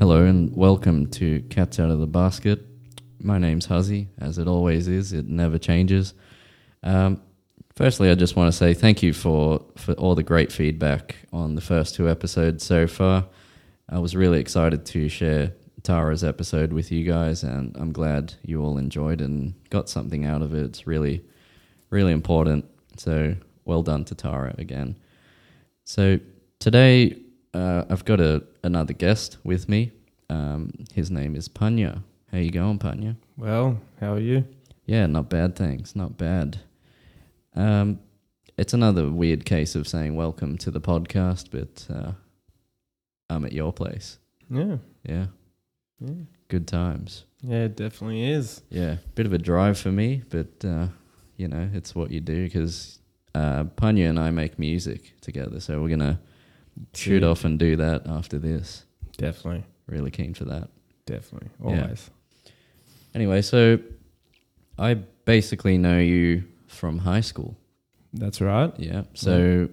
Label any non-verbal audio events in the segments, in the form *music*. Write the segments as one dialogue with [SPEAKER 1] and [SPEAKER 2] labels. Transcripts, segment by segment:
[SPEAKER 1] Hello and welcome to Cats Out of the Basket. My name's Huzzy, as it always is. It never changes. Um, firstly, I just want to say thank you for, for all the great feedback on the first two episodes so far. I was really excited to share Tara's episode with you guys, and I'm glad you all enjoyed and got something out of it. It's really, really important. So, well done to Tara again. So, today uh, I've got a, another guest with me. Um, his name is Panya. How you going, Panya?
[SPEAKER 2] Well, how are you?
[SPEAKER 1] Yeah, not bad, thanks. Not bad. Um, it's another weird case of saying welcome to the podcast, but uh, I'm at your place.
[SPEAKER 2] Yeah.
[SPEAKER 1] Yeah,
[SPEAKER 2] Yeah,
[SPEAKER 1] good times.
[SPEAKER 2] yeah it definitely is.
[SPEAKER 1] Yeah, bit of a drive for me, but uh, you know, it's what you do because uh, Panya and I make music together, so we're gonna shoot
[SPEAKER 2] Yeah.
[SPEAKER 1] off and do that after this.
[SPEAKER 2] Definitely.
[SPEAKER 1] Really keen for that.
[SPEAKER 2] Definitely.
[SPEAKER 1] Yeah.
[SPEAKER 2] Always.
[SPEAKER 1] Anyway, so I basically know you from high school.
[SPEAKER 2] That's right.
[SPEAKER 1] Yeah. So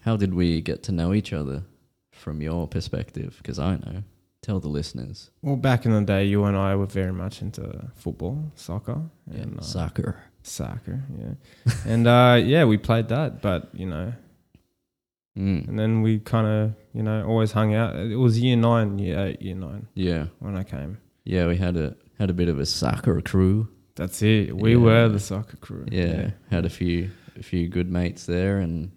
[SPEAKER 1] how did we get to know each other from your perspective? Because I know. Tell the listeners.
[SPEAKER 2] Well, back in the day, you and I were very much into football, soccer,
[SPEAKER 1] Yeah.
[SPEAKER 2] and uh,
[SPEAKER 1] Soccer.
[SPEAKER 2] soccer.
[SPEAKER 1] *laughs*
[SPEAKER 2] Yeah. and uh, yeah, we played that, but you know,
[SPEAKER 1] Mm.
[SPEAKER 2] and then we kind of, you know, always hung out. It was year nine, year eight, year nine
[SPEAKER 1] Yeah.
[SPEAKER 2] when I came.
[SPEAKER 1] Yeah, we had a had a bit of a soccer crew.
[SPEAKER 2] That's it. We
[SPEAKER 1] Yeah.
[SPEAKER 2] were the soccer crew.
[SPEAKER 1] Yeah. Had a few a few good mates there and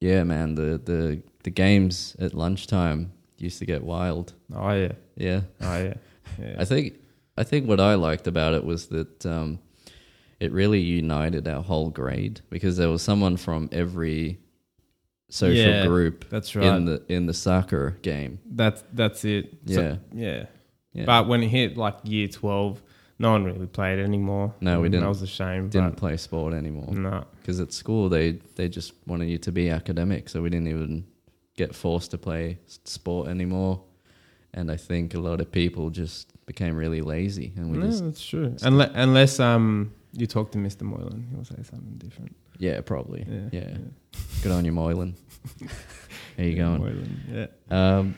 [SPEAKER 1] yeah, man, the the the games at lunchtime used to get wild.
[SPEAKER 2] Oh yeah.
[SPEAKER 1] Yeah.
[SPEAKER 2] Oh
[SPEAKER 1] *laughs*
[SPEAKER 2] yeah. Yeah.
[SPEAKER 1] I think I think what I liked about it was that um, it really united our whole grade because there was someone from every social
[SPEAKER 2] Yeah,
[SPEAKER 1] group
[SPEAKER 2] that's
[SPEAKER 1] in
[SPEAKER 2] right.
[SPEAKER 1] the in the soccer game.
[SPEAKER 2] that's that's it. So-
[SPEAKER 1] Yeah.
[SPEAKER 2] yeah.
[SPEAKER 1] Yeah.
[SPEAKER 2] But when it hit like year 12, no one really played anymore.
[SPEAKER 1] No, we
[SPEAKER 2] And
[SPEAKER 1] didn't.
[SPEAKER 2] That was a shame.
[SPEAKER 1] didn't play sport
[SPEAKER 2] But
[SPEAKER 1] anymore
[SPEAKER 2] no,
[SPEAKER 1] because at school they they just wanted you to be academic, so we didn't even get forced to play s- sport anymore. And I think a lot of people just became really lazy, and we
[SPEAKER 2] no
[SPEAKER 1] just
[SPEAKER 2] that's true. Unless, unless um, you talk to Mr. Moylan, he'll say something different.
[SPEAKER 1] yeah, probably yeah.
[SPEAKER 2] Yeah.
[SPEAKER 1] Good on you,
[SPEAKER 2] *laughs*
[SPEAKER 1] Moylan. How you going?
[SPEAKER 2] Moylan, yeah.
[SPEAKER 1] Um,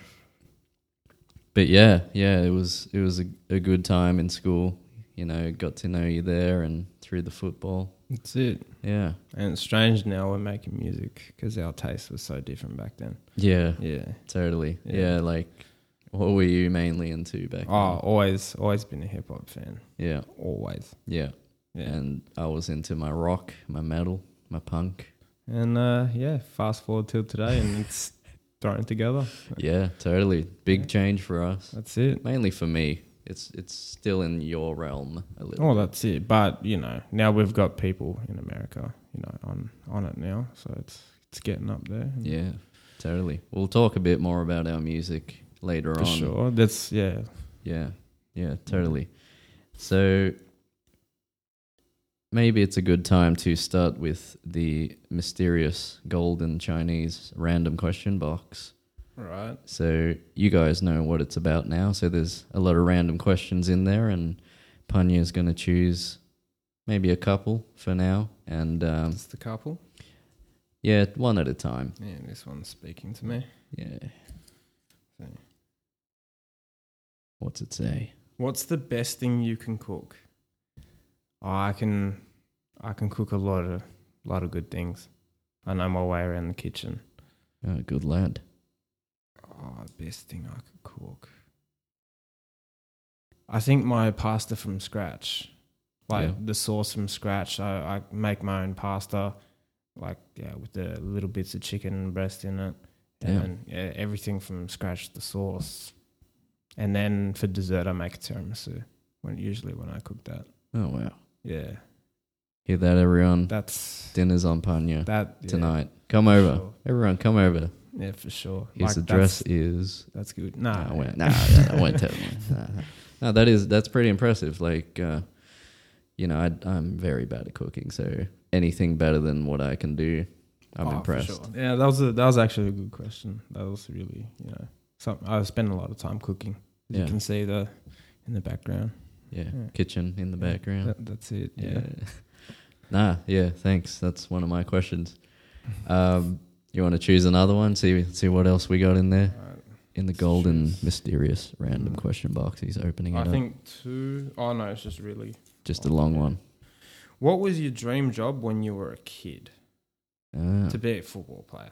[SPEAKER 1] but yeah, yeah, it was it was a, a good time in school. You know, got to know you there and through the football.
[SPEAKER 2] That's it.
[SPEAKER 1] Yeah,
[SPEAKER 2] And it's strange now we're making music because our taste was so different back then.
[SPEAKER 1] yeah,
[SPEAKER 2] Yeah.
[SPEAKER 1] totally. Yeah,
[SPEAKER 2] Yeah.
[SPEAKER 1] like what were you mainly into back?
[SPEAKER 2] Oh, always, always been a hip hop fan.
[SPEAKER 1] then? yeah,
[SPEAKER 2] Always.
[SPEAKER 1] yeah,
[SPEAKER 2] Yeah.
[SPEAKER 1] And I was into my rock, my metal, my punk.
[SPEAKER 2] And uh, yeah, fast forward till today
[SPEAKER 1] *laughs*
[SPEAKER 2] and it's thrown together.
[SPEAKER 1] Yeah, totally. Big
[SPEAKER 2] Yeah.
[SPEAKER 1] change for us,
[SPEAKER 2] That's it.
[SPEAKER 1] mainly for me. It's it's still in your realm a little.
[SPEAKER 2] Oh, that's it. But you know, now we've got people in America, you know, on on it now, so it's it's getting up there. And
[SPEAKER 1] Yeah, totally. We'll talk a bit more about our music later
[SPEAKER 2] for
[SPEAKER 1] on.
[SPEAKER 2] sure. That's yeah,
[SPEAKER 1] Yeah, yeah, totally. So maybe it's a good time to start with the mysterious golden Chinese random question box.
[SPEAKER 2] right.
[SPEAKER 1] So you guys know what it's about now. So there's a lot of random questions in there, and Panya's going to choose maybe a couple for now, and um,
[SPEAKER 2] It's the couple.
[SPEAKER 1] yeah, one at a time.
[SPEAKER 2] Yeah, this one's speaking to me.
[SPEAKER 1] Yeah.
[SPEAKER 2] So-
[SPEAKER 1] What's it say?
[SPEAKER 2] What's the best thing you can cook? Oh, I can, I can cook a lot of lot of good things. I know my way around the kitchen.
[SPEAKER 1] Oh, good lad.
[SPEAKER 2] Oh, best thing I could cook. I think my pasta from scratch, like
[SPEAKER 1] Yeah.
[SPEAKER 2] the sauce from scratch. I, I make my own pasta, like yeah, with the little bits of chicken and breast in it,
[SPEAKER 1] Yeah.
[SPEAKER 2] and yeah, everything from scratch. The sauce, and then for dessert, I make a tiramisu. When usually when I cook that,
[SPEAKER 1] Oh wow.
[SPEAKER 2] yeah,
[SPEAKER 1] Hear that, everyone?
[SPEAKER 2] that's
[SPEAKER 1] Dinner's on Panya
[SPEAKER 2] that yeah,
[SPEAKER 1] tonight. Come
[SPEAKER 2] for
[SPEAKER 1] over,
[SPEAKER 2] sure.
[SPEAKER 1] everyone. Come over.
[SPEAKER 2] Yeah, for sure.
[SPEAKER 1] His
[SPEAKER 2] Like,
[SPEAKER 1] address
[SPEAKER 2] That's,
[SPEAKER 1] is.
[SPEAKER 2] that's good.
[SPEAKER 1] No,
[SPEAKER 2] Nah,
[SPEAKER 1] I won't. No, no, I won't tell
[SPEAKER 2] *laughs*
[SPEAKER 1] you. No, no. No, that is that's pretty impressive. Like, uh, you know, I, I'm very bad at cooking, so anything better than what I can do, I'm
[SPEAKER 2] Oh, for
[SPEAKER 1] impressed.
[SPEAKER 2] sure. Yeah, that was a, that was actually a good question. That was really you know something I spend a lot of time cooking. As
[SPEAKER 1] Yeah.
[SPEAKER 2] You can see the in the background.
[SPEAKER 1] Yeah.
[SPEAKER 2] Yeah.
[SPEAKER 1] kitchen in the
[SPEAKER 2] Yeah,
[SPEAKER 1] background.
[SPEAKER 2] that- that's it. Yeah.
[SPEAKER 1] *laughs* nah, yeah, thanks. That's one of my questions. Um, you want to choose another one? See see what else we got in there?
[SPEAKER 2] Alright.
[SPEAKER 1] in the golden
[SPEAKER 2] Jeez.
[SPEAKER 1] mysterious random
[SPEAKER 2] Mm.
[SPEAKER 1] question box. He's opening it
[SPEAKER 2] I
[SPEAKER 1] up.
[SPEAKER 2] think two oh no, it's just really.
[SPEAKER 1] Just a long one.
[SPEAKER 2] What was your dream job when you were a kid?
[SPEAKER 1] Ah,
[SPEAKER 2] To be a football player,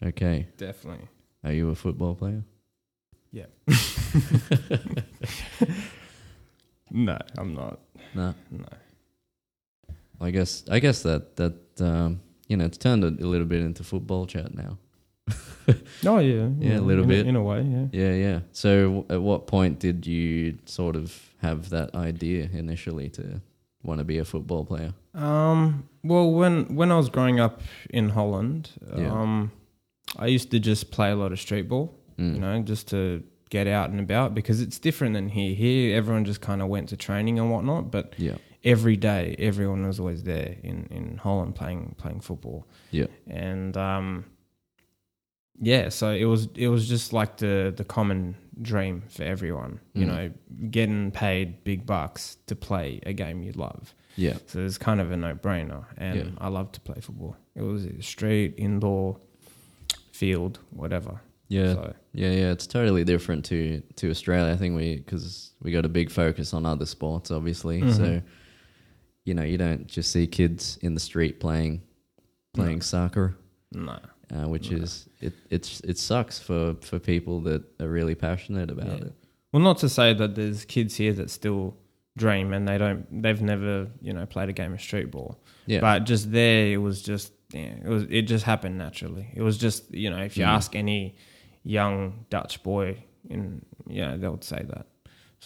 [SPEAKER 1] okay.
[SPEAKER 2] definitely.
[SPEAKER 1] Are you a football player? *laughs*
[SPEAKER 2] Yeah. *laughs* no, I'm not.
[SPEAKER 1] No.
[SPEAKER 2] No.
[SPEAKER 1] I guess I guess that that um, you know it's turned a, a little bit into football chat now.
[SPEAKER 2] Oh yeah,
[SPEAKER 1] Yeah, a little
[SPEAKER 2] in
[SPEAKER 1] bit.
[SPEAKER 2] in a way. Yeah.
[SPEAKER 1] Yeah, yeah. So, w- at what point did you sort of have that idea initially to want to be a football player?
[SPEAKER 2] Um. Well, when when I was growing up in Holland,
[SPEAKER 1] Yeah.
[SPEAKER 2] um, I used to just play a lot of street ball.
[SPEAKER 1] Mm.
[SPEAKER 2] You know, just to get out and about because it's different than here. Here, everyone just kind of went to training and whatnot, but
[SPEAKER 1] Yeah,
[SPEAKER 2] every day, everyone was always there in in Holland playing playing football.
[SPEAKER 1] Yeah.
[SPEAKER 2] And um. Yeah, so it was it was just like the the common dream for everyone. You
[SPEAKER 1] Mm.
[SPEAKER 2] know, getting paid big bucks to play a game you love.
[SPEAKER 1] yeah,
[SPEAKER 2] So it's kind of a no brainer. And
[SPEAKER 1] Yeah.
[SPEAKER 2] I love to play football. It was street, indoor, field, whatever.
[SPEAKER 1] yeah,
[SPEAKER 2] So,
[SPEAKER 1] yeah, yeah. It's totally different to to Australia. I think we because we got a big focus on other sports, obviously. So,
[SPEAKER 2] Mhm.
[SPEAKER 1] you know, you don't just see kids in the street playing playing
[SPEAKER 2] No.
[SPEAKER 1] soccer.
[SPEAKER 2] no.
[SPEAKER 1] uh, which
[SPEAKER 2] No.
[SPEAKER 1] is it, it's it sucks for for people that are really passionate about
[SPEAKER 2] Yeah.
[SPEAKER 1] it.
[SPEAKER 2] Well, not to say that there's kids here that still dream and they don't, they've never, you know, played a game of street ball.
[SPEAKER 1] Yeah,
[SPEAKER 2] But just there, it was just, yeah, it was, it just happened naturally. It was just, you know, if you
[SPEAKER 1] Mm.
[SPEAKER 2] ask any young Dutch boy, in, yeah, they would say that.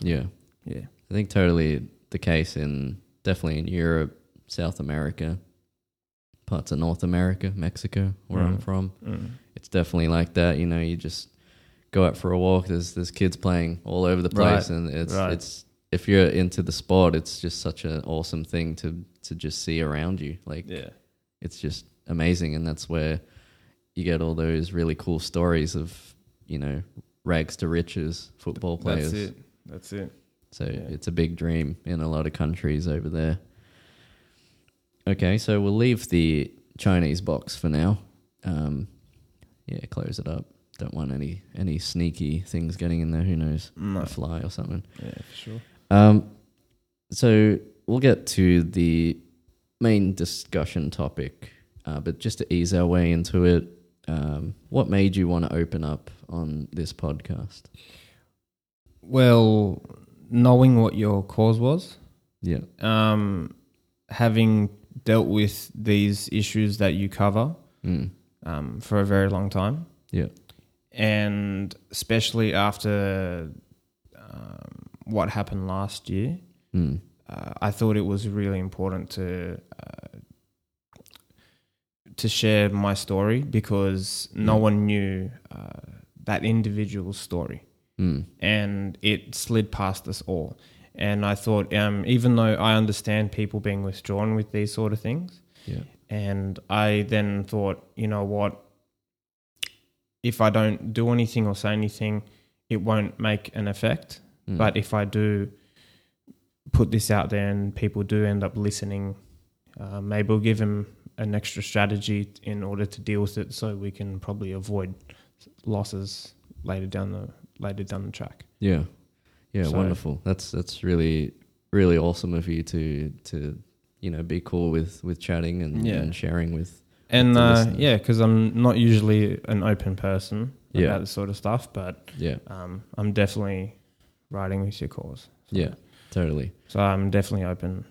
[SPEAKER 1] yeah,
[SPEAKER 2] Yeah.
[SPEAKER 1] I think totally the case in definitely in Europe, South America, parts of North America, Mexico, where I'm
[SPEAKER 2] Mm.
[SPEAKER 1] from.
[SPEAKER 2] Mm.
[SPEAKER 1] It's definitely like that. You know, you just go out for a walk. There's there's kids playing all over the place,
[SPEAKER 2] Right,
[SPEAKER 1] and it's
[SPEAKER 2] right.
[SPEAKER 1] it's if you're into the sport, it's just such an awesome thing to to just see around you. Like
[SPEAKER 2] Yeah.
[SPEAKER 1] it's just amazing and that's where you get all those really cool stories of you know rags to riches football players
[SPEAKER 2] That's it. That's it.
[SPEAKER 1] so
[SPEAKER 2] Yeah.
[SPEAKER 1] it's a big dream in a lot of countries over there okay so we'll leave the chinese box for now um, yeah close it up don't want any any sneaky things getting in there who knows
[SPEAKER 2] No.
[SPEAKER 1] a fly or something
[SPEAKER 2] Yeah, for sure.
[SPEAKER 1] um, so we'll get to the main discussion topic, uh, but just to ease our way into it, um, what made you want to open up on this podcast?
[SPEAKER 2] Well, knowing what your cause was,
[SPEAKER 1] Yeah,
[SPEAKER 2] um, having dealt with these issues that you cover
[SPEAKER 1] mm.
[SPEAKER 2] um, for a very long time,
[SPEAKER 1] yeah,
[SPEAKER 2] and especially after um, what happened last year,
[SPEAKER 1] mm.
[SPEAKER 2] uh, I thought it was really important to uh, to share my story because no
[SPEAKER 1] Mm.
[SPEAKER 2] one knew uh, that individual's story.
[SPEAKER 1] Mm.
[SPEAKER 2] and it slid past us all. And I thought, um, even though I understand people being withdrawn with these sort of things,
[SPEAKER 1] yeah,
[SPEAKER 2] and I then thought, you know what? If I don't do anything or say anything, it won't make an effect.
[SPEAKER 1] mm.
[SPEAKER 2] But if I do put this out there and people do end up listening, uh, maybe we'll give them an extra strategy in order to deal with it, so we can probably avoid losses later down the later down the track.
[SPEAKER 1] yeah, yeah,
[SPEAKER 2] So-
[SPEAKER 1] wonderful. That's that's really really awesome of you to to you know be cool with with chatting and,
[SPEAKER 2] Yeah.
[SPEAKER 1] and sharing with.
[SPEAKER 2] and
[SPEAKER 1] the
[SPEAKER 2] uh,
[SPEAKER 1] listeners.
[SPEAKER 2] yeah, because I'm not usually an open person
[SPEAKER 1] Yeah.
[SPEAKER 2] about this sort of stuff, but
[SPEAKER 1] Yeah,
[SPEAKER 2] um, I'm definitely riding with your cause. So,
[SPEAKER 1] yeah, totally.
[SPEAKER 2] So I'm definitely open,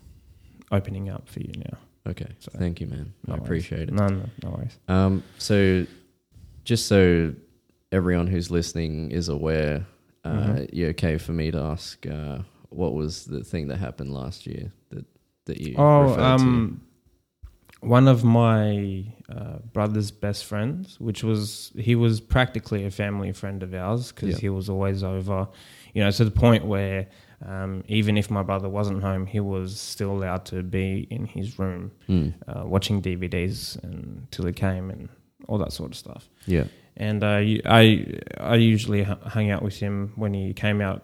[SPEAKER 2] opening up for you now.
[SPEAKER 1] Okay,
[SPEAKER 2] So-
[SPEAKER 1] thank you, man.
[SPEAKER 2] No
[SPEAKER 1] I
[SPEAKER 2] worries.
[SPEAKER 1] appreciate it.
[SPEAKER 2] No, no, no worries.
[SPEAKER 1] Um, so, just so everyone who's listening is aware, uh,
[SPEAKER 2] Mhm.
[SPEAKER 1] you okay for me to ask uh, what was the thing that happened last year that that you
[SPEAKER 2] Oh,
[SPEAKER 1] referred
[SPEAKER 2] um, one of my uh, brother's best friends, which was he was practically a family friend of ours because
[SPEAKER 1] Yeah.
[SPEAKER 2] he was always over, you know, to the point where um, even if my brother wasn't home, he was still allowed to be in his room
[SPEAKER 1] to? Mm,
[SPEAKER 2] uh, watching DVDs and till it came and all that sort of stuff.
[SPEAKER 1] yeah,
[SPEAKER 2] And uh, you- I I usually hu- hung out with him when he came out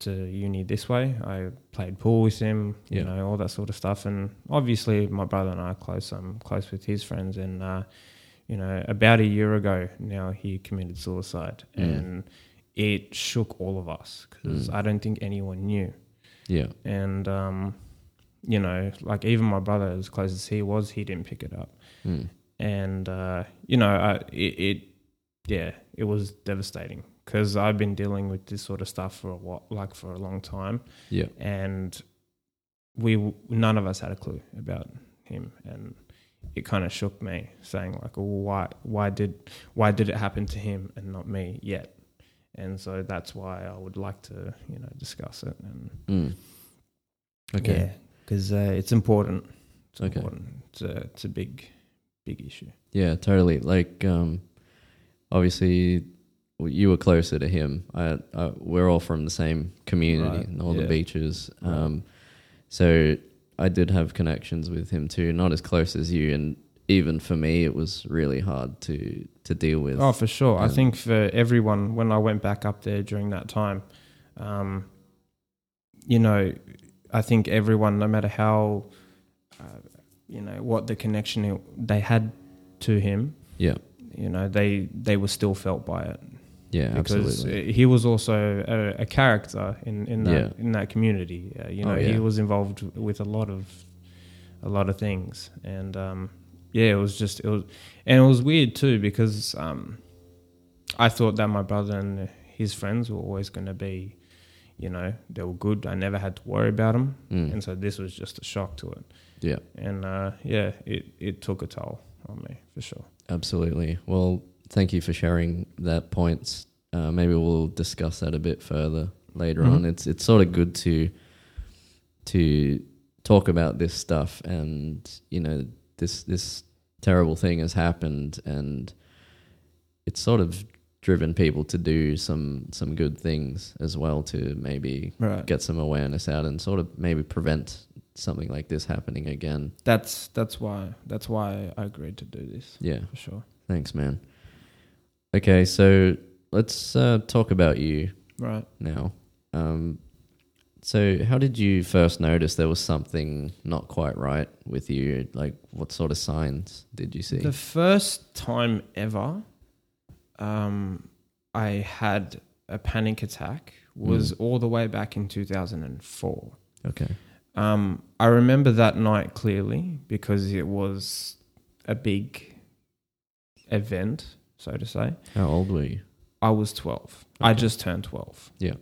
[SPEAKER 2] to uni this way. I played pool with him, you
[SPEAKER 1] Yeah.
[SPEAKER 2] know, all that sort of stuff. And obviously, my brother and I are close. I'm close with his friends, and uh, you know, about a year ago now, he committed suicide,
[SPEAKER 1] Yeah.
[SPEAKER 2] and it shook all of us because
[SPEAKER 1] Mm.
[SPEAKER 2] I don't think anyone knew.
[SPEAKER 1] Yeah.
[SPEAKER 2] And um, you know, like even my brother, as close as he was, he didn't pick it up.
[SPEAKER 1] Mm.
[SPEAKER 2] And uh, you know, I, it, it, yeah, it was devastating because I've been dealing with this sort of stuff for a while, like for a long time,
[SPEAKER 1] Yeah.
[SPEAKER 2] and we w- none of us had a clue about him and it kind of shook me saying like well, why why did why did it happen to him and not me yet and so that's why I would like to you know discuss it and
[SPEAKER 1] Mm. Okay.
[SPEAKER 2] cuz uh, it's important it's
[SPEAKER 1] Okay.
[SPEAKER 2] important it's a, it's a big big issue
[SPEAKER 1] Yeah, totally. Like, um, obviously, w- you were closer to him. I, I, we're all from the same community
[SPEAKER 2] Right,
[SPEAKER 1] and all
[SPEAKER 2] yeah.
[SPEAKER 1] the beaches. Um, so I did have connections with him too, not as close as you. And even for me, it was really hard to to deal with.
[SPEAKER 2] Oh, for sure. I
[SPEAKER 1] Yeah.
[SPEAKER 2] think for everyone, when I went back up there during that time, um, you know, I think everyone, no matter how, uh, you know, what the connection it, they had to him,
[SPEAKER 1] Yeah,
[SPEAKER 2] you know, they they were still felt by it
[SPEAKER 1] yeah,
[SPEAKER 2] because uh,
[SPEAKER 1] absolutely.
[SPEAKER 2] he was also a, a character in in that
[SPEAKER 1] Yeah.
[SPEAKER 2] in that community. Uh, you
[SPEAKER 1] Oh,
[SPEAKER 2] know,
[SPEAKER 1] yeah.
[SPEAKER 2] he was involved with a lot of a lot of things, and um, yeah, it was just it was, and it was weird too because um, I thought that my brother and his friends were always going to be, you know, they were good. I never had to worry about them,
[SPEAKER 1] Mm.
[SPEAKER 2] and so this was just a shock to it.
[SPEAKER 1] Yeah.
[SPEAKER 2] and uh, yeah, it it took a toll on me for sure.
[SPEAKER 1] Absolutely. Well, thank you for sharing that points. Uh, maybe we'll discuss that a bit further later
[SPEAKER 2] Mhm.
[SPEAKER 1] on. It's it's sort of good to to talk about this stuff, and you know this this terrible thing has happened, and it's sort of driven people to do some some good things as well to maybe
[SPEAKER 2] Right.
[SPEAKER 1] get some awareness out and sort of maybe prevent something like this happening again.
[SPEAKER 2] That's that's why that's why I agreed to do this
[SPEAKER 1] Yeah.
[SPEAKER 2] for sure.
[SPEAKER 1] Thanks, man. Okay, so let's uh, talk about you
[SPEAKER 2] Right.
[SPEAKER 1] now. Um, so, how did you first notice there was something not quite right with you? Like, what sort of signs did you see?
[SPEAKER 2] The first time ever um, I had a panic attack was
[SPEAKER 1] Mm.
[SPEAKER 2] all the way back in 2004.
[SPEAKER 1] okay.
[SPEAKER 2] Um, I remember that night clearly because it was a big event, so to say.
[SPEAKER 1] How old were you?
[SPEAKER 2] I was 12. I
[SPEAKER 1] Okay.
[SPEAKER 2] just turned 12.
[SPEAKER 1] Yeah.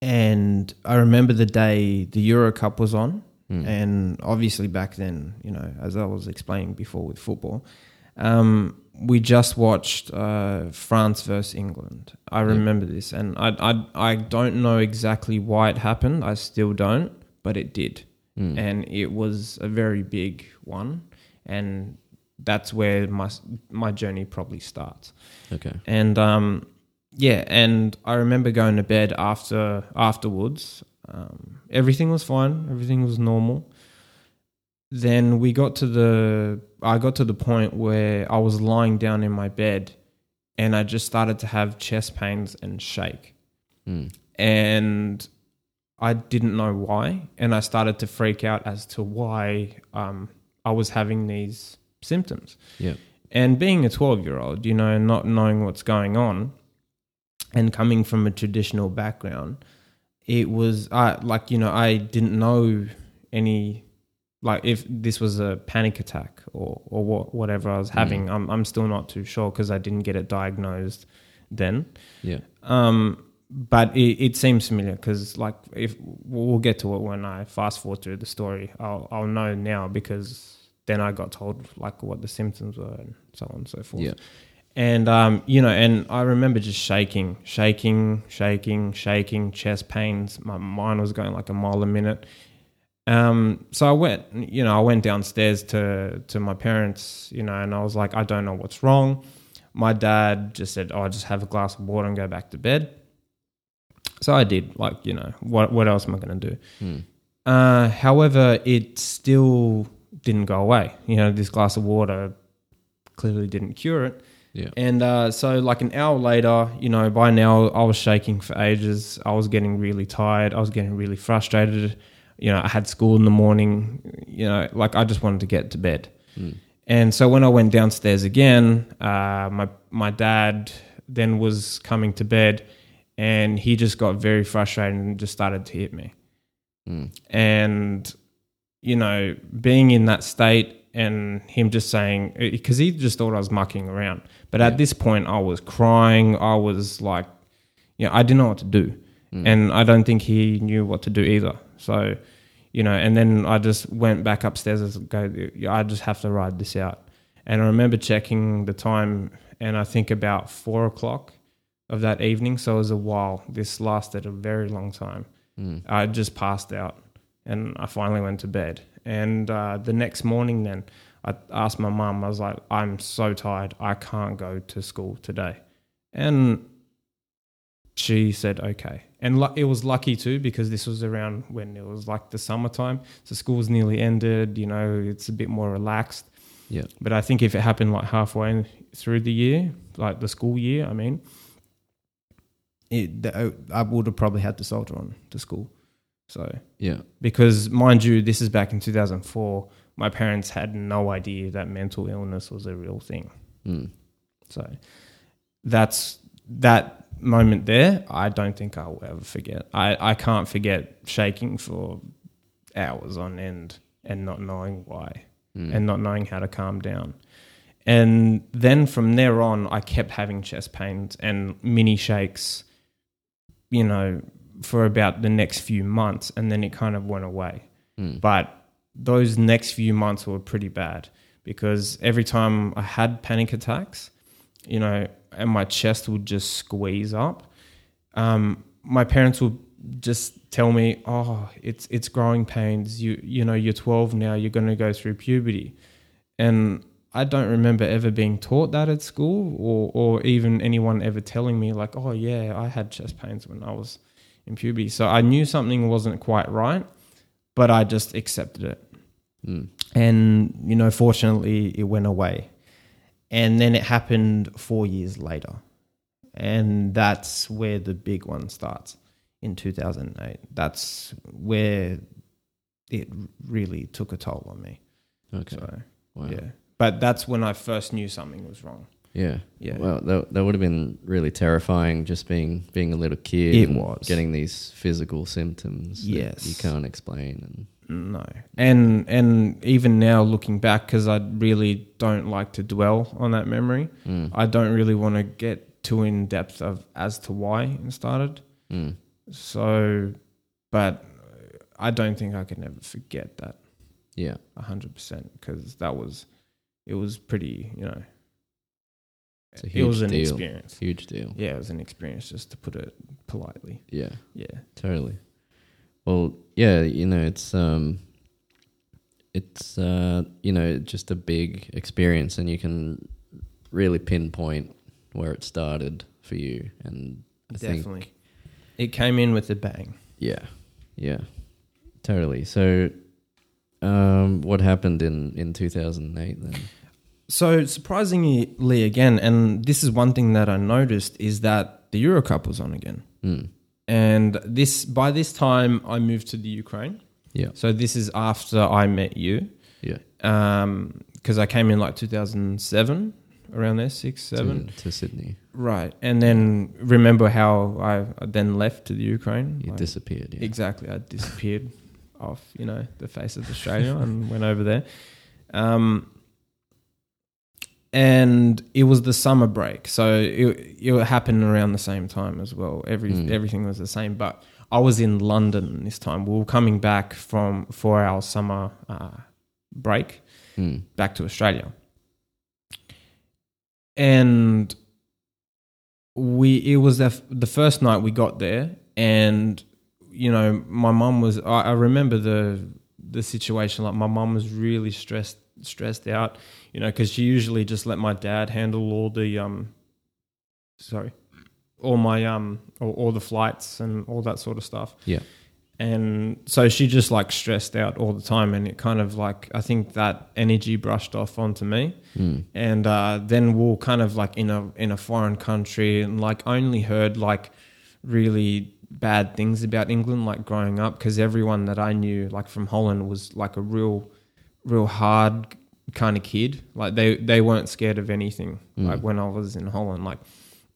[SPEAKER 2] And I remember the day the Euro Cup was on.
[SPEAKER 1] Mm.
[SPEAKER 2] And obviously, back then, you know, as I was explaining before with football, um, we just watched uh, France versus England. I
[SPEAKER 1] Yeah.
[SPEAKER 2] remember this, and I, I I don't know exactly why it happened. I still don't, but it did,
[SPEAKER 1] Mm.
[SPEAKER 2] and it was a very big one, and that's where my s- my journey probably starts.
[SPEAKER 1] okay.
[SPEAKER 2] And um, yeah, and I remember going to bed after afterwards. Um, everything was fine. Everything was normal. Then we got to the. I got to the point where I was lying down in my bed, and I just started to have chest pains and shake,
[SPEAKER 1] Mm.
[SPEAKER 2] and I didn't know why, and I started to freak out as to why um, I was having these symptoms.
[SPEAKER 1] Yeah.
[SPEAKER 2] And being a 12 year old, you know, not knowing what's going on and coming from a traditional background, it was I like, you know, I didn't know any, like, if this was a panic attack or, or what, whatever I was having. I'm, I'm still not too sure because I didn't get it diagnosed then.
[SPEAKER 1] Yeah.
[SPEAKER 2] Um, but it, it seems familiar because, like, if we'll get to it when I fast forward through the story, I'll I'll know now because then I got told like what the symptoms were and so on and so forth.
[SPEAKER 1] Yeah.
[SPEAKER 2] And um, you know, and I remember just shaking, shaking, shaking, shaking, chest pains. My mind was going like a mile a minute. Um, so I went, you know, I went downstairs to to my parents, you know, and I was like, I don't know what's wrong. My dad just said, "Oh, just have a glass of water and go back to bed." So I did, like, you know, what what else am I going to do?
[SPEAKER 1] Mm.
[SPEAKER 2] Uh, however, it still didn't go away. You know, this glass of water clearly didn't cure it.
[SPEAKER 1] Yeah.
[SPEAKER 2] And uh, so, like an hour later, you know, by now I was shaking for ages. I was getting really tired. I was getting really frustrated. You know, I had school in the morning. You know, like I just wanted to get to bed.
[SPEAKER 1] Mm.
[SPEAKER 2] And so when I went downstairs again, uh, my my dad then was coming to bed, and he just got very frustrated and just started to hit me.
[SPEAKER 1] Mm.
[SPEAKER 2] And you know, being in that state and him just saying because he just thought I was mucking around, but
[SPEAKER 1] Yeah.
[SPEAKER 2] at this point I was crying. I was like, you know, I didn't know what to do,
[SPEAKER 1] Mm.
[SPEAKER 2] and I don't think he knew what to do either. So. You know, and then I just went back upstairs and go, I just have to ride this out. And I remember checking the time, and I think about four o'clock of that evening. So it was a while. This lasted a very long time.
[SPEAKER 1] Mm.
[SPEAKER 2] I just passed out, and I finally went to bed. And uh, the next morning, then I asked my mum. I was like, "I'm so tired. I can't go to school today." And she said, "Okay." And lu- it was lucky too because this was around when it was like the summertime, so school's nearly ended. You know, it's a bit more relaxed.
[SPEAKER 1] Yeah.
[SPEAKER 2] But I think if it happened like halfway in- through the year, like the school year, I mean, it, the, I would have probably had to soldier on to school. So,
[SPEAKER 1] Yeah.
[SPEAKER 2] because mind you, this is back in 2004. My parents had no idea that mental illness was a real thing.
[SPEAKER 1] Mm.
[SPEAKER 2] So, that's that moment there. I don't think I'll ever forget. I, I can't forget shaking for hours on end and not knowing why
[SPEAKER 1] Mm.
[SPEAKER 2] and not knowing how to calm down. And then from there on, I kept having chest pains and mini shakes, you know, for about the next few months. And then it kind of went away.
[SPEAKER 1] Mm.
[SPEAKER 2] But those next few months were pretty bad because every time I had panic attacks, you know, and my chest would just squeeze up, um, my parents would just tell me, "Oh, it's it's growing pains. You you know, you're 12 now. You're going to go through puberty," and I don't remember ever being taught that at school, or or even anyone ever telling me like, "Oh yeah, I had chest pains when I was in puberty." So I knew something wasn't quite right, but I just accepted it
[SPEAKER 1] Mm.
[SPEAKER 2] and you know fortunately it went away and then it happened four years later and that's where the big one starts in 2008 that's where it really took a toll on me
[SPEAKER 1] Okay.
[SPEAKER 2] so
[SPEAKER 1] Wow.
[SPEAKER 2] yeah but that's when i first knew something was wrong
[SPEAKER 1] Yeah.
[SPEAKER 2] yeah
[SPEAKER 1] Well, that, that would have been really terrifying just being being a little kid.
[SPEAKER 2] It
[SPEAKER 1] and
[SPEAKER 2] was.
[SPEAKER 1] Getting these physical symptoms that
[SPEAKER 2] Yes.
[SPEAKER 1] you can't explain.
[SPEAKER 2] No, and and even now looking back, because I really don't like to dwell on that memory.
[SPEAKER 1] And, mm,
[SPEAKER 2] I don't really want to get too in depth of as to why it started.
[SPEAKER 1] mm,
[SPEAKER 2] So, but I don't think I can ever forget that
[SPEAKER 1] yeah.
[SPEAKER 2] hundred percent because that was it was pretty you know
[SPEAKER 1] It's a
[SPEAKER 2] it
[SPEAKER 1] huge
[SPEAKER 2] was an
[SPEAKER 1] deal.
[SPEAKER 2] experience.
[SPEAKER 1] Huge deal.
[SPEAKER 2] Yeah, it was an experience just to put it politely.
[SPEAKER 1] Yeah.
[SPEAKER 2] Yeah,
[SPEAKER 1] Totally. Well, yeah, you know, it's um it's uh you know, just a big experience and you can really pinpoint where it started for you and I think
[SPEAKER 2] definitely. It came in with a bang.
[SPEAKER 1] yeah. Yeah. Totally. So um what happened in in 2008 then?
[SPEAKER 2] So surprisingly again, and this is one thing that I noticed is that the Euro Cup was on again.
[SPEAKER 1] Mm.
[SPEAKER 2] And this by this time I moved to the Ukraine.
[SPEAKER 1] Yeah.
[SPEAKER 2] So this is after I met you.
[SPEAKER 1] Yeah.
[SPEAKER 2] Um, because I came in like 2007, around there, six, seven.
[SPEAKER 1] To, to Sydney.
[SPEAKER 2] Right. And then remember how I then left to the Ukraine?
[SPEAKER 1] You
[SPEAKER 2] Like,
[SPEAKER 1] disappeared. Yeah.
[SPEAKER 2] Exactly. I
[SPEAKER 1] *laughs*
[SPEAKER 2] disappeared off, you know, the face of Australia and went over there. Um, and it was the summer break, so it it happened around the same time as well. Every
[SPEAKER 1] Mm.
[SPEAKER 2] everything was the same, but I was in London this time. We were coming back from for our summer uh, break,
[SPEAKER 1] Mm.
[SPEAKER 2] back to Australia. And we it was the, f- the first night we got there and you know my mum was I, I remember the the situation like my mum was really stressed stressed out you know cuz she usually just let my dad handle all the um sorry all my um all, all the flights and all that sort of stuff
[SPEAKER 1] Yeah.
[SPEAKER 2] and so she just like stressed out all the time and it kind of like i think that energy brushed off onto me
[SPEAKER 1] Mm.
[SPEAKER 2] and uh, then we we're kind of like in a in a foreign country and like only heard like really bad things about england like growing up because everyone that i knew like from holland was like a real real hard kind of kid. Like they they weren't scared of anything.
[SPEAKER 1] Mm.
[SPEAKER 2] Like when I was in Holland, like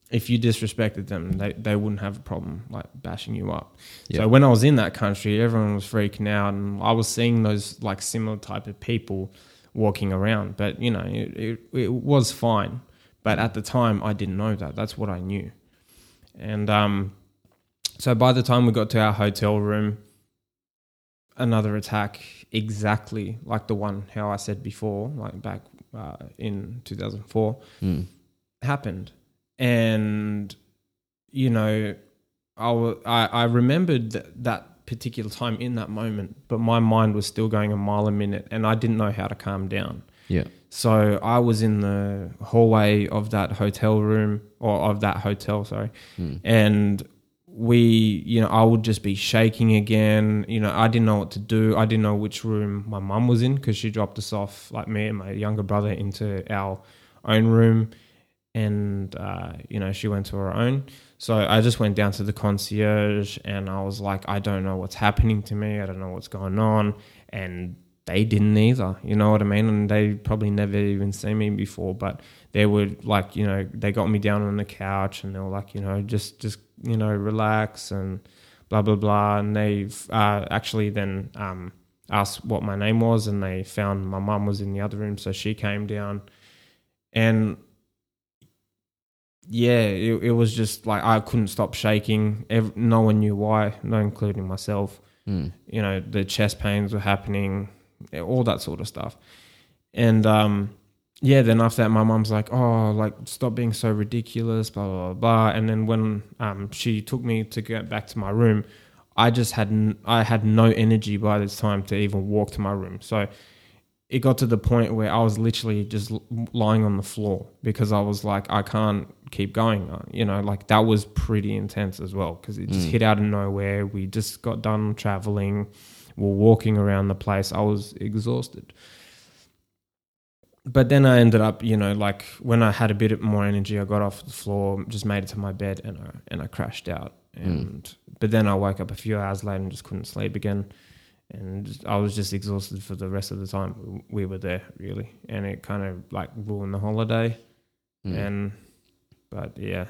[SPEAKER 2] if you disrespected them, they they wouldn't have a problem like bashing you up.
[SPEAKER 1] Yeah.
[SPEAKER 2] So when I was in that country, everyone was freaking out, and I was seeing those like similar type of people walking around. But you know, it it, it was fine. But at the time, I didn't know that. That's what I knew. And um, so by the time we got to our hotel room, another attack exactly like the one how I said before, like back uh, in 2004,
[SPEAKER 1] Mm.
[SPEAKER 2] happened. And, you know, I wa- I I remembered that, that particular time in that moment, but my mind was still going a mile a minute and I didn't know how to calm down.
[SPEAKER 1] Yeah.
[SPEAKER 2] So I was in the hallway of that hotel room or of that hotel, sorry.
[SPEAKER 1] Mm.
[SPEAKER 2] And we, you know, I would just be shaking again. You know, I didn't know what to do. I didn't know which room my mum was in because she dropped us off, like me and my younger brother, into our own room. And, uh, you know, she went to her own. So I just went down to the concierge and I was like, I don't know what's happening to me. I don't know what's going on. And they didn't either. You know what I mean? And they probably never even seen me before, but they were like, you know, they got me down on the couch and they were like, you know, just, just, you know, relax and blah, blah, blah. And they uh, actually then um, asked what my name was and they found my mum was in the other room. So she came down and yeah, it, it was just like, I couldn't stop shaking. Ev no one knew why, no, including myself
[SPEAKER 1] Mm.
[SPEAKER 2] you know the chest pains were happening all that sort of stuff and um yeah then after that my mom's like oh like stop being so ridiculous blah blah blah, blah. and then when um she took me to get back to my room i just had n- i had no energy by this time to even walk to my room so it got to the point where i was literally just l- lying on the floor because i was like i can't keep going uh, you know like that was pretty intense as well because it just
[SPEAKER 1] Mm.
[SPEAKER 2] hit out of nowhere we just got done traveling we we're walking around the place i was exhausted but then I ended up, you know, like when I had a bit more energy, I got off the floor, just made it to my bed, and I and I crashed out. And but then I woke up a few hours later and just couldn't sleep again, and just- I was just exhausted for the rest of the time we- we were there, really. And it kind of like ruined the holiday.
[SPEAKER 1] Mm.
[SPEAKER 2] And but yeah,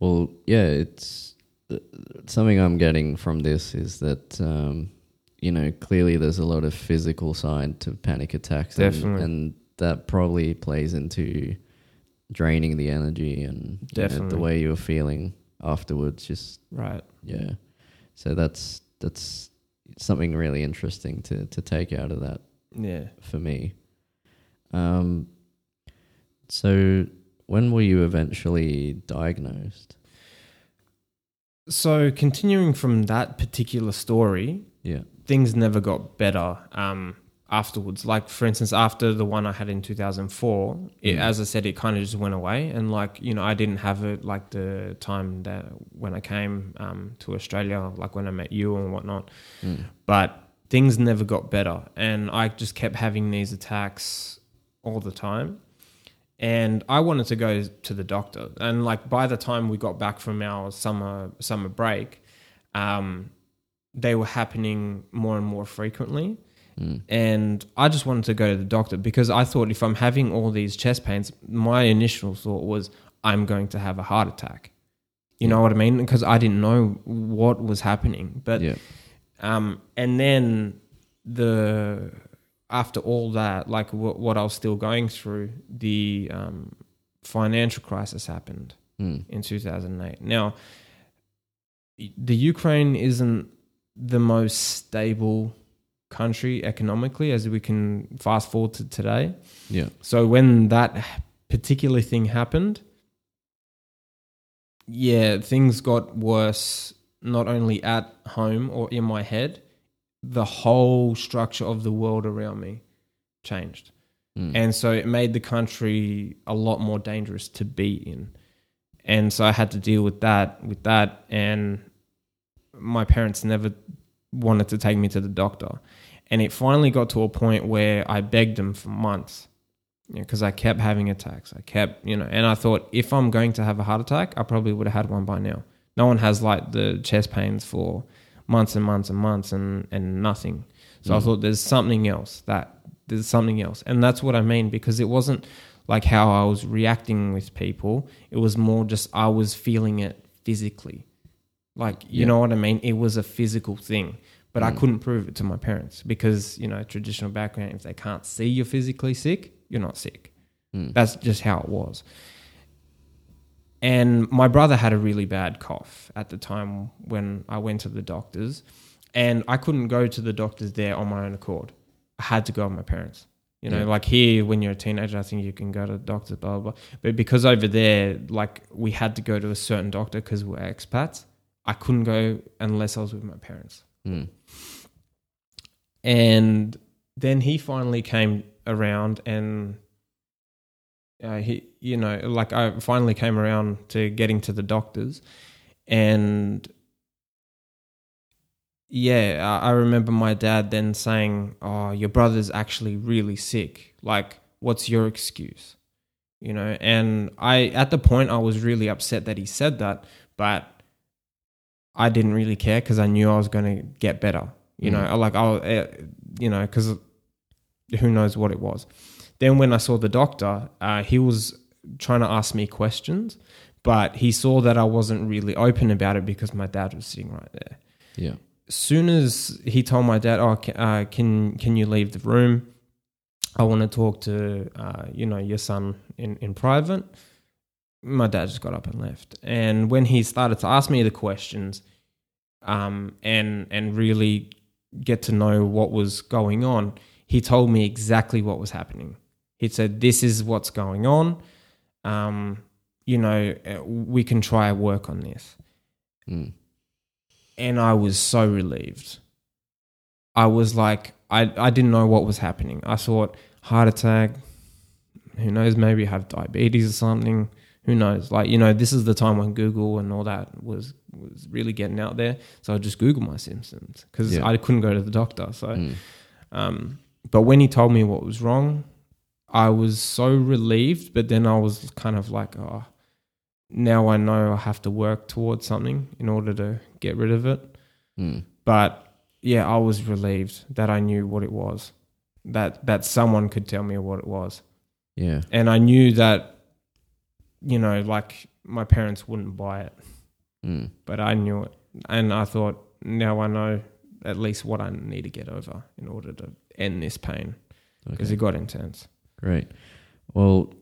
[SPEAKER 1] Well, yeah, it's uh, something I'm getting from this is that um, you know clearly there's a lot of physical side to panic attacks, and-
[SPEAKER 2] Definitely.
[SPEAKER 1] and that probably plays into draining the energy and you know, the
[SPEAKER 2] Definitely.
[SPEAKER 1] way you're feeling afterwards. Just
[SPEAKER 2] right,
[SPEAKER 1] yeah, so that's that's something really interesting to to take out of that
[SPEAKER 2] yeah.
[SPEAKER 1] for me. Um, so when were you eventually diagnosed?
[SPEAKER 2] So continuing from that particular story,
[SPEAKER 1] Yeah.
[SPEAKER 2] things never got better um, afterwards. Like for instance, after the one I had in 2004, it,
[SPEAKER 1] Mm.
[SPEAKER 2] as I said, it kind of just went away. And like you know, I didn't have it like the time that when I came um, to Australia, like when I met you and whatnot.
[SPEAKER 1] Mm.
[SPEAKER 2] But things never got better, and I just kept having these attacks all the time. And I wanted to go to the doctor. And like by the time we got back from our summer summer break, um, they were happening more and more frequently.
[SPEAKER 1] Mm.
[SPEAKER 2] And I just wanted to go to the doctor because I thought if I'm having all these chest pains, my initial thought was I'm going to have a heart attack. You know what I mean? Because I didn't know what was happening. But
[SPEAKER 1] yeah.
[SPEAKER 2] um, and then the after all that, like what, what I was still going through, the um, financial crisis happened
[SPEAKER 1] Mm.
[SPEAKER 2] in 2008. Now, the Ukraine isn't the most stable country economically, as we can fast forward to today.
[SPEAKER 1] Yeah.
[SPEAKER 2] So when that particular thing happened, yeah, things got worse not only at home or in my head, the whole structure of the world around me changed.
[SPEAKER 1] Mm.
[SPEAKER 2] And so it made the country a lot more dangerous to be in. And so I had to deal with that with that and my parents never wanted to take me to the doctor. And it finally got to a point where I begged them for months because I kept having attacks. I kept, you know, and I thought if I'm going to have a heart attack, I probably would have had one by now. No one has like the chest pains for months and months and months and, and nothing. So I
[SPEAKER 1] Mm.
[SPEAKER 2] thought there's something else that there's something else. And that's what I mean because it wasn't like how I was reacting with people. It was more just I was feeling it physically. Like, you
[SPEAKER 1] Yeah.
[SPEAKER 2] know what I mean? It was a physical thing. But I
[SPEAKER 1] Mm.
[SPEAKER 2] couldn't prove it to my parents because, you know, traditional background, if they can't see you're physically sick, you're not sick.
[SPEAKER 1] Mm.
[SPEAKER 2] That's just how it was. And my brother had a really bad cough at the time when I went to the doctors. And I couldn't go to the doctors there on my own accord. I had to go with my parents. You know,
[SPEAKER 1] Yeah.
[SPEAKER 2] like here when you're a teenager, I think you can go to the doctor, blah, blah, blah. But because over there, like we had to go to a certain doctor because we're expats, I couldn't go unless I was with my parents.
[SPEAKER 1] Mm.
[SPEAKER 2] And then he finally came around and uh, he, you know, like I finally came around to getting to the doctors. And yeah, I, I remember my dad then saying, Oh, your brother's actually really sick. Like, what's your excuse? You know, and I, at the point, I was really upset that he said that, but I didn't really care because I knew I was going to get better. You know,
[SPEAKER 1] Mhm.
[SPEAKER 2] I like I, was, uh, you know, because who knows what it was. Then when I saw the doctor, uh, he was trying to ask me questions, but he saw that I wasn't really open about it because my dad was sitting right there.
[SPEAKER 1] Yeah.
[SPEAKER 2] Soon as he told my dad, "Oh, ca- uh, can can you leave the room? I want to talk to uh, you know your son in in private." My dad just got up and left. And when he started to ask me the questions, um, and and really get to know what was going on, he told me exactly what was happening. He said, "This is what's going on. Um, you know, uh, we can try work on this."
[SPEAKER 1] Mm.
[SPEAKER 2] and I was so relieved. I was like, I, I didn't know what was happening. I thought heart attack, who knows, maybe I have diabetes or something, who knows. Like, you know, this is the time when Google and all that was, was really getting out there. So I just Googled my symptoms because
[SPEAKER 1] Yeah.
[SPEAKER 2] I couldn't go to the doctor. So,
[SPEAKER 1] Mm.
[SPEAKER 2] um, but when he told me what was wrong, I was so relieved, but then I was kind of like, oh, now I know I have to work towards something in order to get rid of it.
[SPEAKER 1] Mm.
[SPEAKER 2] But yeah, I was relieved that I knew what it was, that that someone could tell me what it was,
[SPEAKER 1] Yeah.
[SPEAKER 2] and I knew that, you know, like my parents wouldn't buy it,
[SPEAKER 1] Mm.
[SPEAKER 2] but I knew it, and I thought now I know at least what I need to get over in order to end this pain because
[SPEAKER 1] Okay.
[SPEAKER 2] it got intense.
[SPEAKER 1] Great. Well,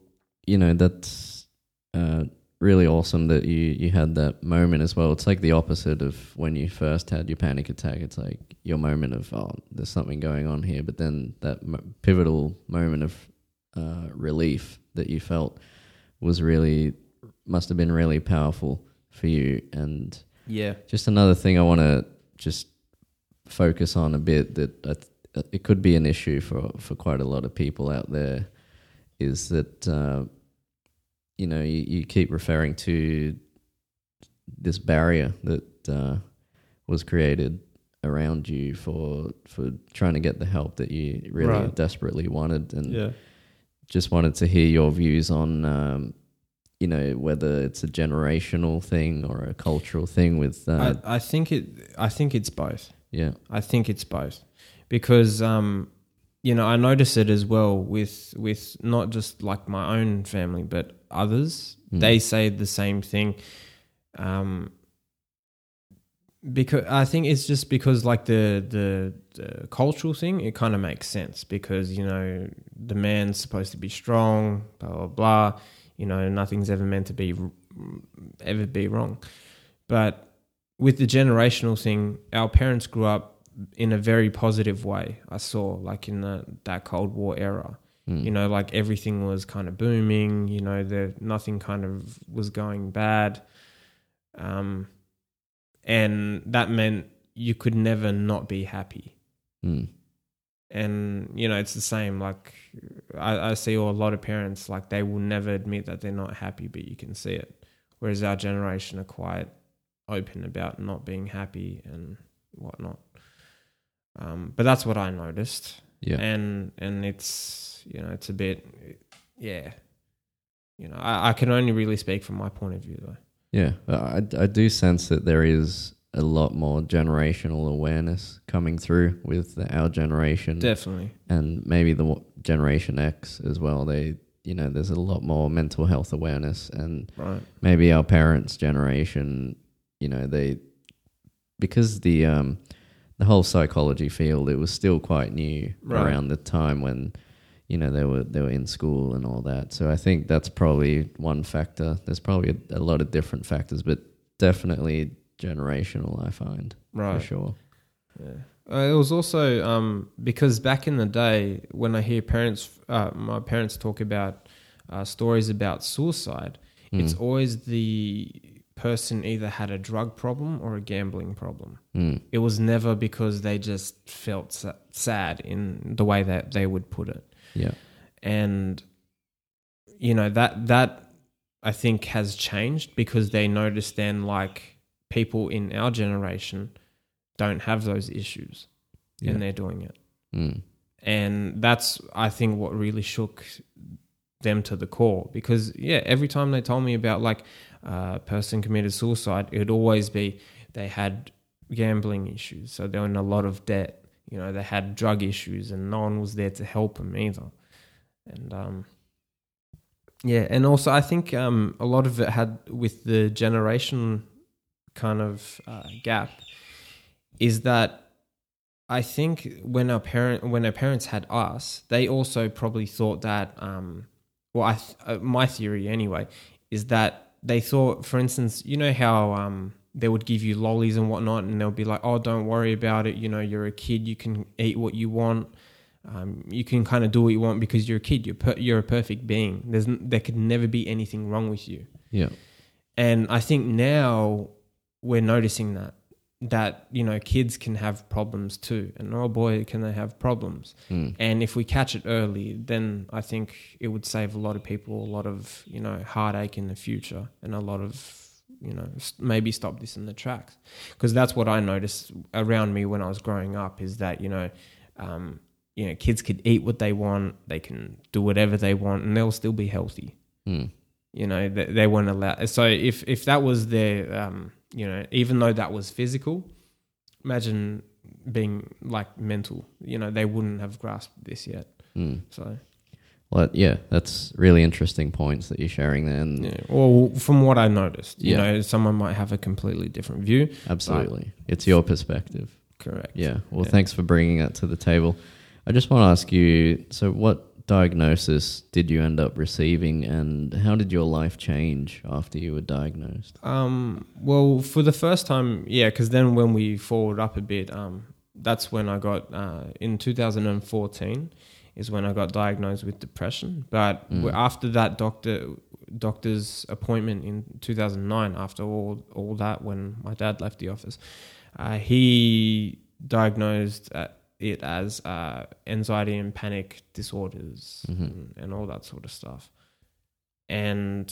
[SPEAKER 1] you know that's uh, really awesome that you you had that moment as well. It's like the opposite of when you first had your panic attack. It's like your moment of oh, there's something going on here, but then that mo- pivotal moment of uh, relief that you felt was really must have been really powerful for you and
[SPEAKER 2] Yeah,
[SPEAKER 1] just another thing I want to just focus on a bit that I th- it could be an issue for for quite a lot of people out there is that uh, you know you, you keep referring to this barrier that uh, was created around you for for trying to get the help that you really
[SPEAKER 2] Right.
[SPEAKER 1] desperately wanted and
[SPEAKER 2] yeah,
[SPEAKER 1] just wanted to hear your views on um, you know whether it's a generational thing or a cultural thing with uh,
[SPEAKER 2] I, I think it. I think it's both.
[SPEAKER 1] yeah
[SPEAKER 2] I think it's both because um, you know I notice it as well with with not just like my own family but others.
[SPEAKER 1] Mm.
[SPEAKER 2] They say the same thing. Um, because I think it's just because like the the, the cultural thing, it kind of makes sense because you know the man's supposed to be strong, blah blah blah. You know nothing's ever meant to be ever be wrong, but with the generational thing, our parents grew up in a very positive way. I saw like in the, that Cold War era,
[SPEAKER 1] Mm.
[SPEAKER 2] you know, like everything was kind of booming. You know, the nothing kind of was going bad, um, and that meant you could never not be happy
[SPEAKER 1] Mm.
[SPEAKER 2] and you know it's the same like I, I see a lot of parents like they will never admit that they're not happy but you can see it whereas our generation are quite open about not being happy and whatnot um, but that's what i noticed
[SPEAKER 1] yeah
[SPEAKER 2] and and it's you know it's a bit yeah you know I, I can only really speak from my point of view though
[SPEAKER 1] Yeah, I, I do sense that there is a lot more generational awareness coming through with the, our generation
[SPEAKER 2] Definitely.
[SPEAKER 1] and maybe the w- generation X as well. They, you know, there's a lot more mental health awareness, and
[SPEAKER 2] Right.
[SPEAKER 1] maybe our parents' generation, you know, they because the um the whole psychology field it was still quite new
[SPEAKER 2] Right.
[SPEAKER 1] around the time when you know they were they were in school and all that. So I think that's probably one factor. There's probably a, a lot of different factors, but definitely generational. I find
[SPEAKER 2] Right.
[SPEAKER 1] for sure.
[SPEAKER 2] Uh, it was also um, because back in the day, when I hear parents, uh, my parents talk about uh, stories about suicide, it's
[SPEAKER 1] Mm.
[SPEAKER 2] always the person either had a drug problem or a gambling problem.
[SPEAKER 1] Mm.
[SPEAKER 2] It was never because they just felt sa- sad in the way that they would put it.
[SPEAKER 1] Yeah.
[SPEAKER 2] and you know that that I think has changed because they noticed then like people in our generation don't have those issues
[SPEAKER 1] Yeah.
[SPEAKER 2] and they're doing it
[SPEAKER 1] Mm.
[SPEAKER 2] and that's I think what really shook them to the core because yeah every time they told me about like uh, a person committed suicide it would always be they had gambling issues so they were in a lot of debt you know they had drug issues and no one was there to help them either and um yeah and also I think um a lot of it had with the generation kind of uh, gap is that I think when our parent when our parents had us, they also probably thought that. Um, well, I th- uh, my theory anyway is that they thought, for instance, you know how um, they would give you lollies and whatnot, and they'll be like, "Oh, don't worry about it. You know, you're a kid. You can eat what you want. Um, you can kind of do what you want because you're a kid. You're per- you're a perfect being. There's n- there could never be anything wrong with you."
[SPEAKER 1] Yeah.
[SPEAKER 2] And I think now we're noticing that that you know kids can have problems too, and oh boy, can they have problems.
[SPEAKER 1] Mm.
[SPEAKER 2] And if we catch it early, then I think it would save a lot of people a lot of you know heartache in the future, and a lot of you know s- maybe stop this in the tracks because that's what I noticed around me when I was growing up is that you know. Um, you know, kids could eat what they want, they can do whatever they want, and they'll still be healthy
[SPEAKER 1] Mm.
[SPEAKER 2] you know they, they weren't allowed so if if that was their um you know even though that was physical imagine being like mental you know they wouldn't have grasped this yet
[SPEAKER 1] Mm.
[SPEAKER 2] so
[SPEAKER 1] Well, yeah, that's really interesting points that you're sharing there, and
[SPEAKER 2] yeah or from what i noticed you
[SPEAKER 1] Yeah.
[SPEAKER 2] know someone might have a completely different view
[SPEAKER 1] absolutely, it's your perspective.
[SPEAKER 2] correct
[SPEAKER 1] Yeah. Well,
[SPEAKER 2] Yeah.
[SPEAKER 1] thanks for bringing that to the table. I just want to ask you. So, what diagnosis did you end up receiving, and how did your life change after you were diagnosed?
[SPEAKER 2] Um, well, for the first time, yeah, because then when we forward up a bit, um, that's when I got uh, in 2014 is when I got diagnosed with depression. But
[SPEAKER 1] Mm.
[SPEAKER 2] w after that doctor doctor's appointment in 2009, after all all that, when my dad left the office, uh, he diagnosed uh, it as uh, anxiety and panic disorders
[SPEAKER 1] Mhm.
[SPEAKER 2] and, and all that sort of stuff. And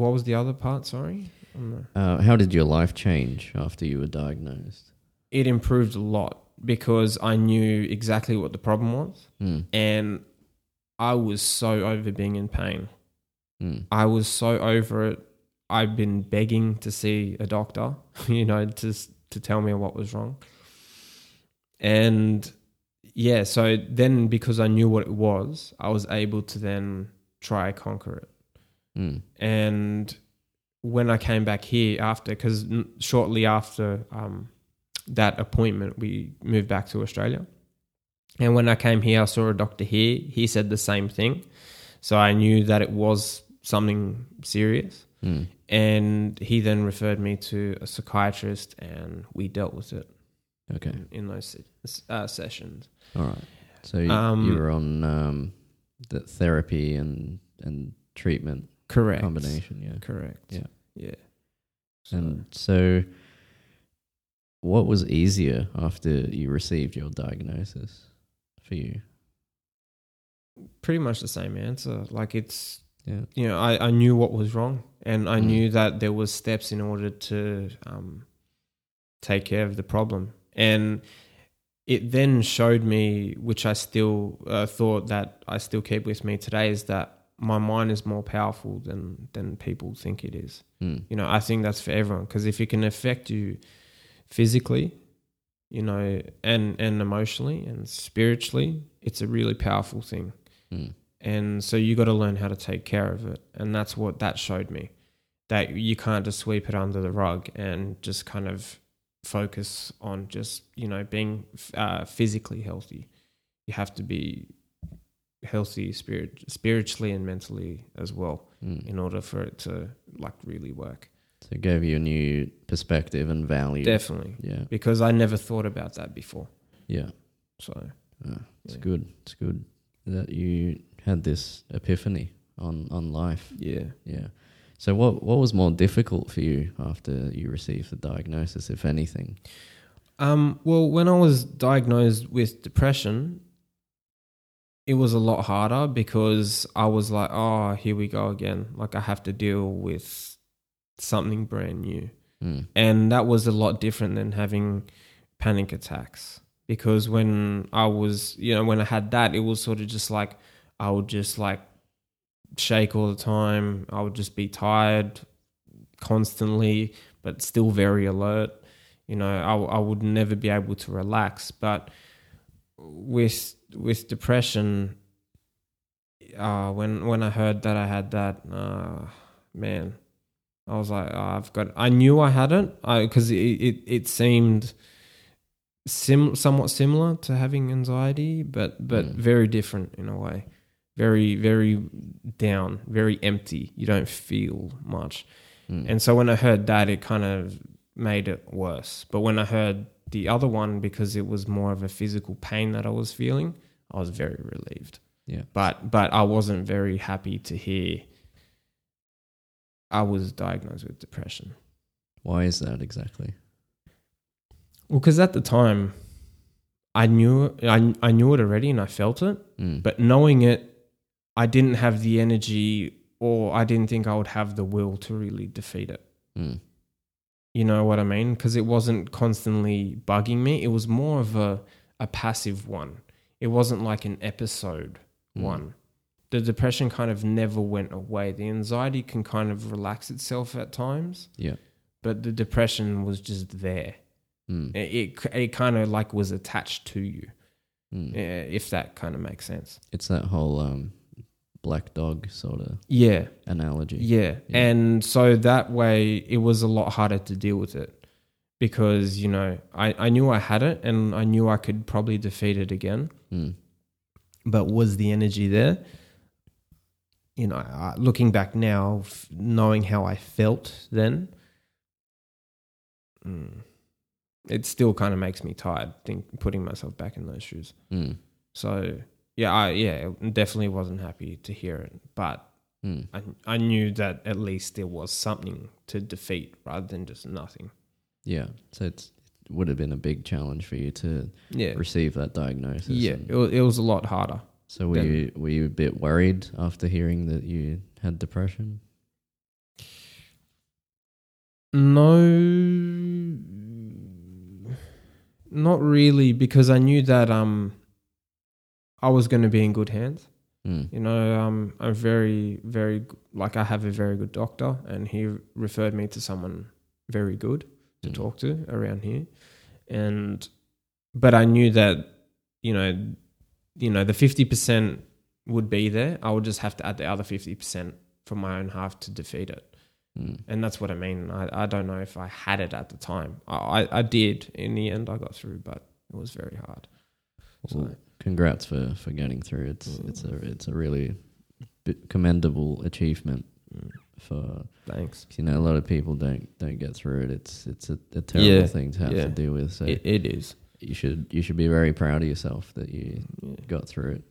[SPEAKER 2] what was the other part? Sorry. Um,
[SPEAKER 1] Uh, how did your life change after you were diagnosed?
[SPEAKER 2] It improved a lot because I knew exactly what the problem was.
[SPEAKER 1] Mm,
[SPEAKER 2] And I was so over being in pain.
[SPEAKER 1] mm,
[SPEAKER 2] I was so over it. I've been begging to see a doctor, *laughs* you know, to s- to tell me what was wrong. And yeah, so then because I knew what it was, I was able to then try conquer it.
[SPEAKER 1] mm,
[SPEAKER 2] And when I came back here after, because shortly after um, that appointment, we moved back to Australia. And when I came here, I saw a doctor here. He said the same thing. So I knew that it was something serious.
[SPEAKER 1] mm.
[SPEAKER 2] And he then referred me to a psychiatrist, and we dealt with it
[SPEAKER 1] Okay.
[SPEAKER 2] in, in those se- uh, sessions.
[SPEAKER 1] All right. So you,
[SPEAKER 2] Um,
[SPEAKER 1] you were on um, the therapy and and treatment
[SPEAKER 2] Correct.
[SPEAKER 1] combination. Yeah.
[SPEAKER 2] Correct.
[SPEAKER 1] Yeah.
[SPEAKER 2] Yeah. So-
[SPEAKER 1] And so, what was easier after you received your diagnosis for you?
[SPEAKER 2] pretty much the same answer. Like it's,
[SPEAKER 1] Yeah.
[SPEAKER 2] you know, I, I knew what was wrong, and I
[SPEAKER 1] Mm.
[SPEAKER 2] knew that there was steps in order to um, take care of the problem, and it then showed me, which I still uh, thought that I still keep with me today, is that my mind is more powerful than than people think it is.
[SPEAKER 1] Mm.
[SPEAKER 2] You know, I think that's for everyone because if it can affect you physically, you know, and and emotionally and spiritually, it's a really powerful thing.
[SPEAKER 1] Mm.
[SPEAKER 2] And so you got to learn how to take care of it, and that's what that showed me. That you can't just sweep it under the rug and just kind of focus on just you know being uh, physically healthy. You have to be healthy spirit spiritually and mentally as well
[SPEAKER 1] Mm.
[SPEAKER 2] in order for it to like really work.
[SPEAKER 1] So it gave you a new perspective and value.
[SPEAKER 2] Definitely,
[SPEAKER 1] yeah,
[SPEAKER 2] because I never thought about that before.
[SPEAKER 1] yeah.
[SPEAKER 2] So
[SPEAKER 1] Uh, it's
[SPEAKER 2] Yeah.
[SPEAKER 1] good. It's good that you had this epiphany on on life.
[SPEAKER 2] yeah.
[SPEAKER 1] Yeah. So what what was more difficult for you after you received the diagnosis, if anything?
[SPEAKER 2] Um, well, when I was diagnosed with depression, it was a lot harder because I was like, oh, here we go again. Like, I have to deal with something brand new.
[SPEAKER 1] Mm.
[SPEAKER 2] And that was a lot different than having panic attacks. Because when I was, you know, when I had that, it was sort of just like, I would just like shake all the time. I would just be tired constantly, but still very alert. You know, I, I would never be able to relax. But with with depression, uh, when when I heard that I had that, uh, man, I was like, oh, I've got. I knew I had it because it, it it seemed sim somewhat similar to having anxiety, but but
[SPEAKER 1] Mm.
[SPEAKER 2] very different in a way. Very very down, very empty. You don't feel much.
[SPEAKER 1] Mm.
[SPEAKER 2] And so when I heard that, it kind of made it worse. But when I heard the other one, because it was more of a physical pain that I was feeling, I was very relieved.
[SPEAKER 1] Yeah.
[SPEAKER 2] But but I wasn't very happy to hear I was diagnosed with depression.
[SPEAKER 1] why is that exactly?
[SPEAKER 2] Well, because at the time, I knew I I knew it already and I felt it.
[SPEAKER 1] Mm.
[SPEAKER 2] But knowing it, I didn't have the energy, or I didn't think I would have the will to really defeat it.
[SPEAKER 1] Mm.
[SPEAKER 2] You know what I mean? Because it wasn't constantly bugging me. It was more of a, a passive one. It wasn't like an episode
[SPEAKER 1] Mm.
[SPEAKER 2] one. The depression kind of never went away. The anxiety can kind of relax itself at times.
[SPEAKER 1] Yeah.
[SPEAKER 2] But the depression was just there.
[SPEAKER 1] Mm.
[SPEAKER 2] It, it, it kind of like was attached to you,
[SPEAKER 1] Mm.
[SPEAKER 2] eh, if that kind of makes sense.
[SPEAKER 1] It's that whole um, black dog sort of
[SPEAKER 2] Yeah.
[SPEAKER 1] analogy.
[SPEAKER 2] Yeah.
[SPEAKER 1] Yeah.
[SPEAKER 2] And so that way it was a lot harder to deal with it because, you know, I, I knew I had it and I knew I could probably defeat it again.
[SPEAKER 1] Mm.
[SPEAKER 2] But was the energy there? You know, I, looking back now, f- knowing how I felt then, mm, it still kind of makes me tired think, putting myself back in those shoes.
[SPEAKER 1] Mm.
[SPEAKER 2] So, yeah, I yeah, definitely wasn't happy to hear it, but
[SPEAKER 1] Mm.
[SPEAKER 2] I, I knew that at least there was something to defeat rather than just nothing.
[SPEAKER 1] Yeah. So it's, it would have been a big challenge for you to
[SPEAKER 2] Yeah.
[SPEAKER 1] receive that diagnosis.
[SPEAKER 2] Yeah.
[SPEAKER 1] and-
[SPEAKER 2] It was, it was a lot harder.
[SPEAKER 1] So were
[SPEAKER 2] Then-
[SPEAKER 1] you were you a bit worried after hearing that you had depression?
[SPEAKER 2] No, not really, because I knew that um, I was going to be in good hands.
[SPEAKER 1] Mm.
[SPEAKER 2] You know, um, I'm very, very g- like I have a very good doctor, and he referred me to someone very good to
[SPEAKER 1] Mm.
[SPEAKER 2] talk to around here, and but I knew that you know, you know, the fifty percent would be there. I would just have to add the other fifty percent from my own half to defeat it
[SPEAKER 1] Mm.
[SPEAKER 2] and that's what I mean. I, I don't know if I had it at the time. I, I, I did in the end. I got through, but it was very hard.
[SPEAKER 1] Well,
[SPEAKER 2] So
[SPEAKER 1] congrats for, for getting through. It's
[SPEAKER 2] Mm.
[SPEAKER 1] it's a it's a really bi- commendable achievement
[SPEAKER 2] mm,
[SPEAKER 1] for
[SPEAKER 2] thanks.
[SPEAKER 1] you know a lot of people don't don't get through it. It's it's a, a terrible
[SPEAKER 2] Yeah,
[SPEAKER 1] thing to have
[SPEAKER 2] yeah.
[SPEAKER 1] to deal with. So
[SPEAKER 2] It, it is.
[SPEAKER 1] you should you should be very proud of yourself that you
[SPEAKER 2] Yeah.
[SPEAKER 1] got through it.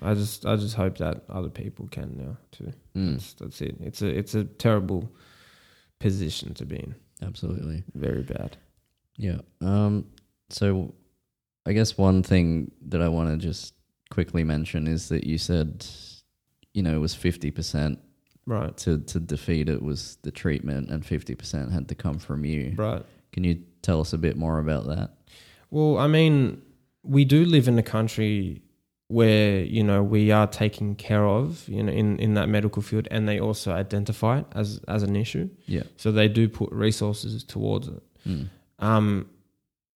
[SPEAKER 2] I just I just hope that other people can now too.
[SPEAKER 1] Mm,
[SPEAKER 2] That's, that's it. It's a it's a terrible position to be in.
[SPEAKER 1] absolutely.
[SPEAKER 2] Very bad.
[SPEAKER 1] Yeah. Um, so I guess one thing that I want to just quickly mention is that you said, you know, it was 50%
[SPEAKER 2] Right.
[SPEAKER 1] to, to defeat it was the treatment and 50% had to come from you.
[SPEAKER 2] Right.
[SPEAKER 1] Can you tell us a bit more about that?
[SPEAKER 2] Well, I mean, we do live in a country where you know we are taken care of you know in, in that medical field and they also identify it as as an issue
[SPEAKER 1] Yeah.
[SPEAKER 2] so they do put resources towards it
[SPEAKER 1] Mm.
[SPEAKER 2] um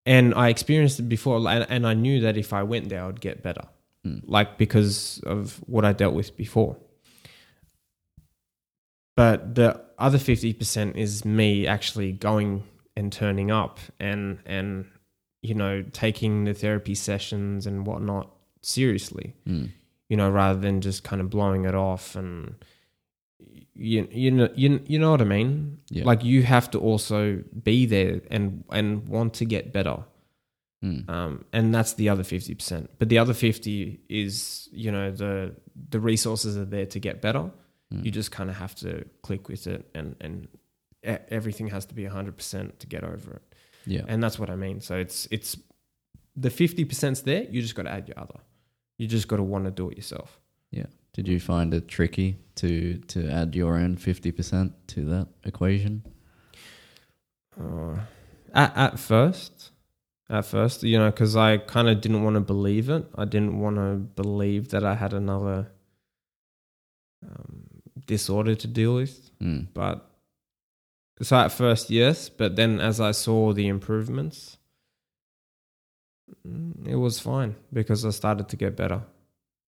[SPEAKER 2] and i experienced it before like, and, and i knew that if i went there i'd get better
[SPEAKER 1] Mm.
[SPEAKER 2] like because of what i dealt with before but the other 50% is me actually going and turning up and and you know taking the therapy sessions and whatnot seriously
[SPEAKER 1] Mm.
[SPEAKER 2] you know, rather than just kind of blowing it off and you you know you, you know what I mean.
[SPEAKER 1] Yeah.
[SPEAKER 2] Like you have to also be there and and want to get better.
[SPEAKER 1] Mm.
[SPEAKER 2] Um, and that's the other fifty percent. But the other fifty is you know the the resources are there to get better.
[SPEAKER 1] Mm.
[SPEAKER 2] You just kind of have to click with it and and e- everything has to be 100% to get over it
[SPEAKER 1] yeah.
[SPEAKER 2] and that's what i mean so it's it's the 50%'s there you just got to add your other you just got to want to do it yourself
[SPEAKER 1] Did you find it tricky to to add your own fifty percent to that equation?
[SPEAKER 2] Uh, at at first, at first, you know, because I kind of didn't want to believe it. I didn't want to believe that I had another um, disorder to deal with.
[SPEAKER 1] Mm.
[SPEAKER 2] But so at first, yes. But then, as I saw the improvements, mm, it was fine because I started to get better.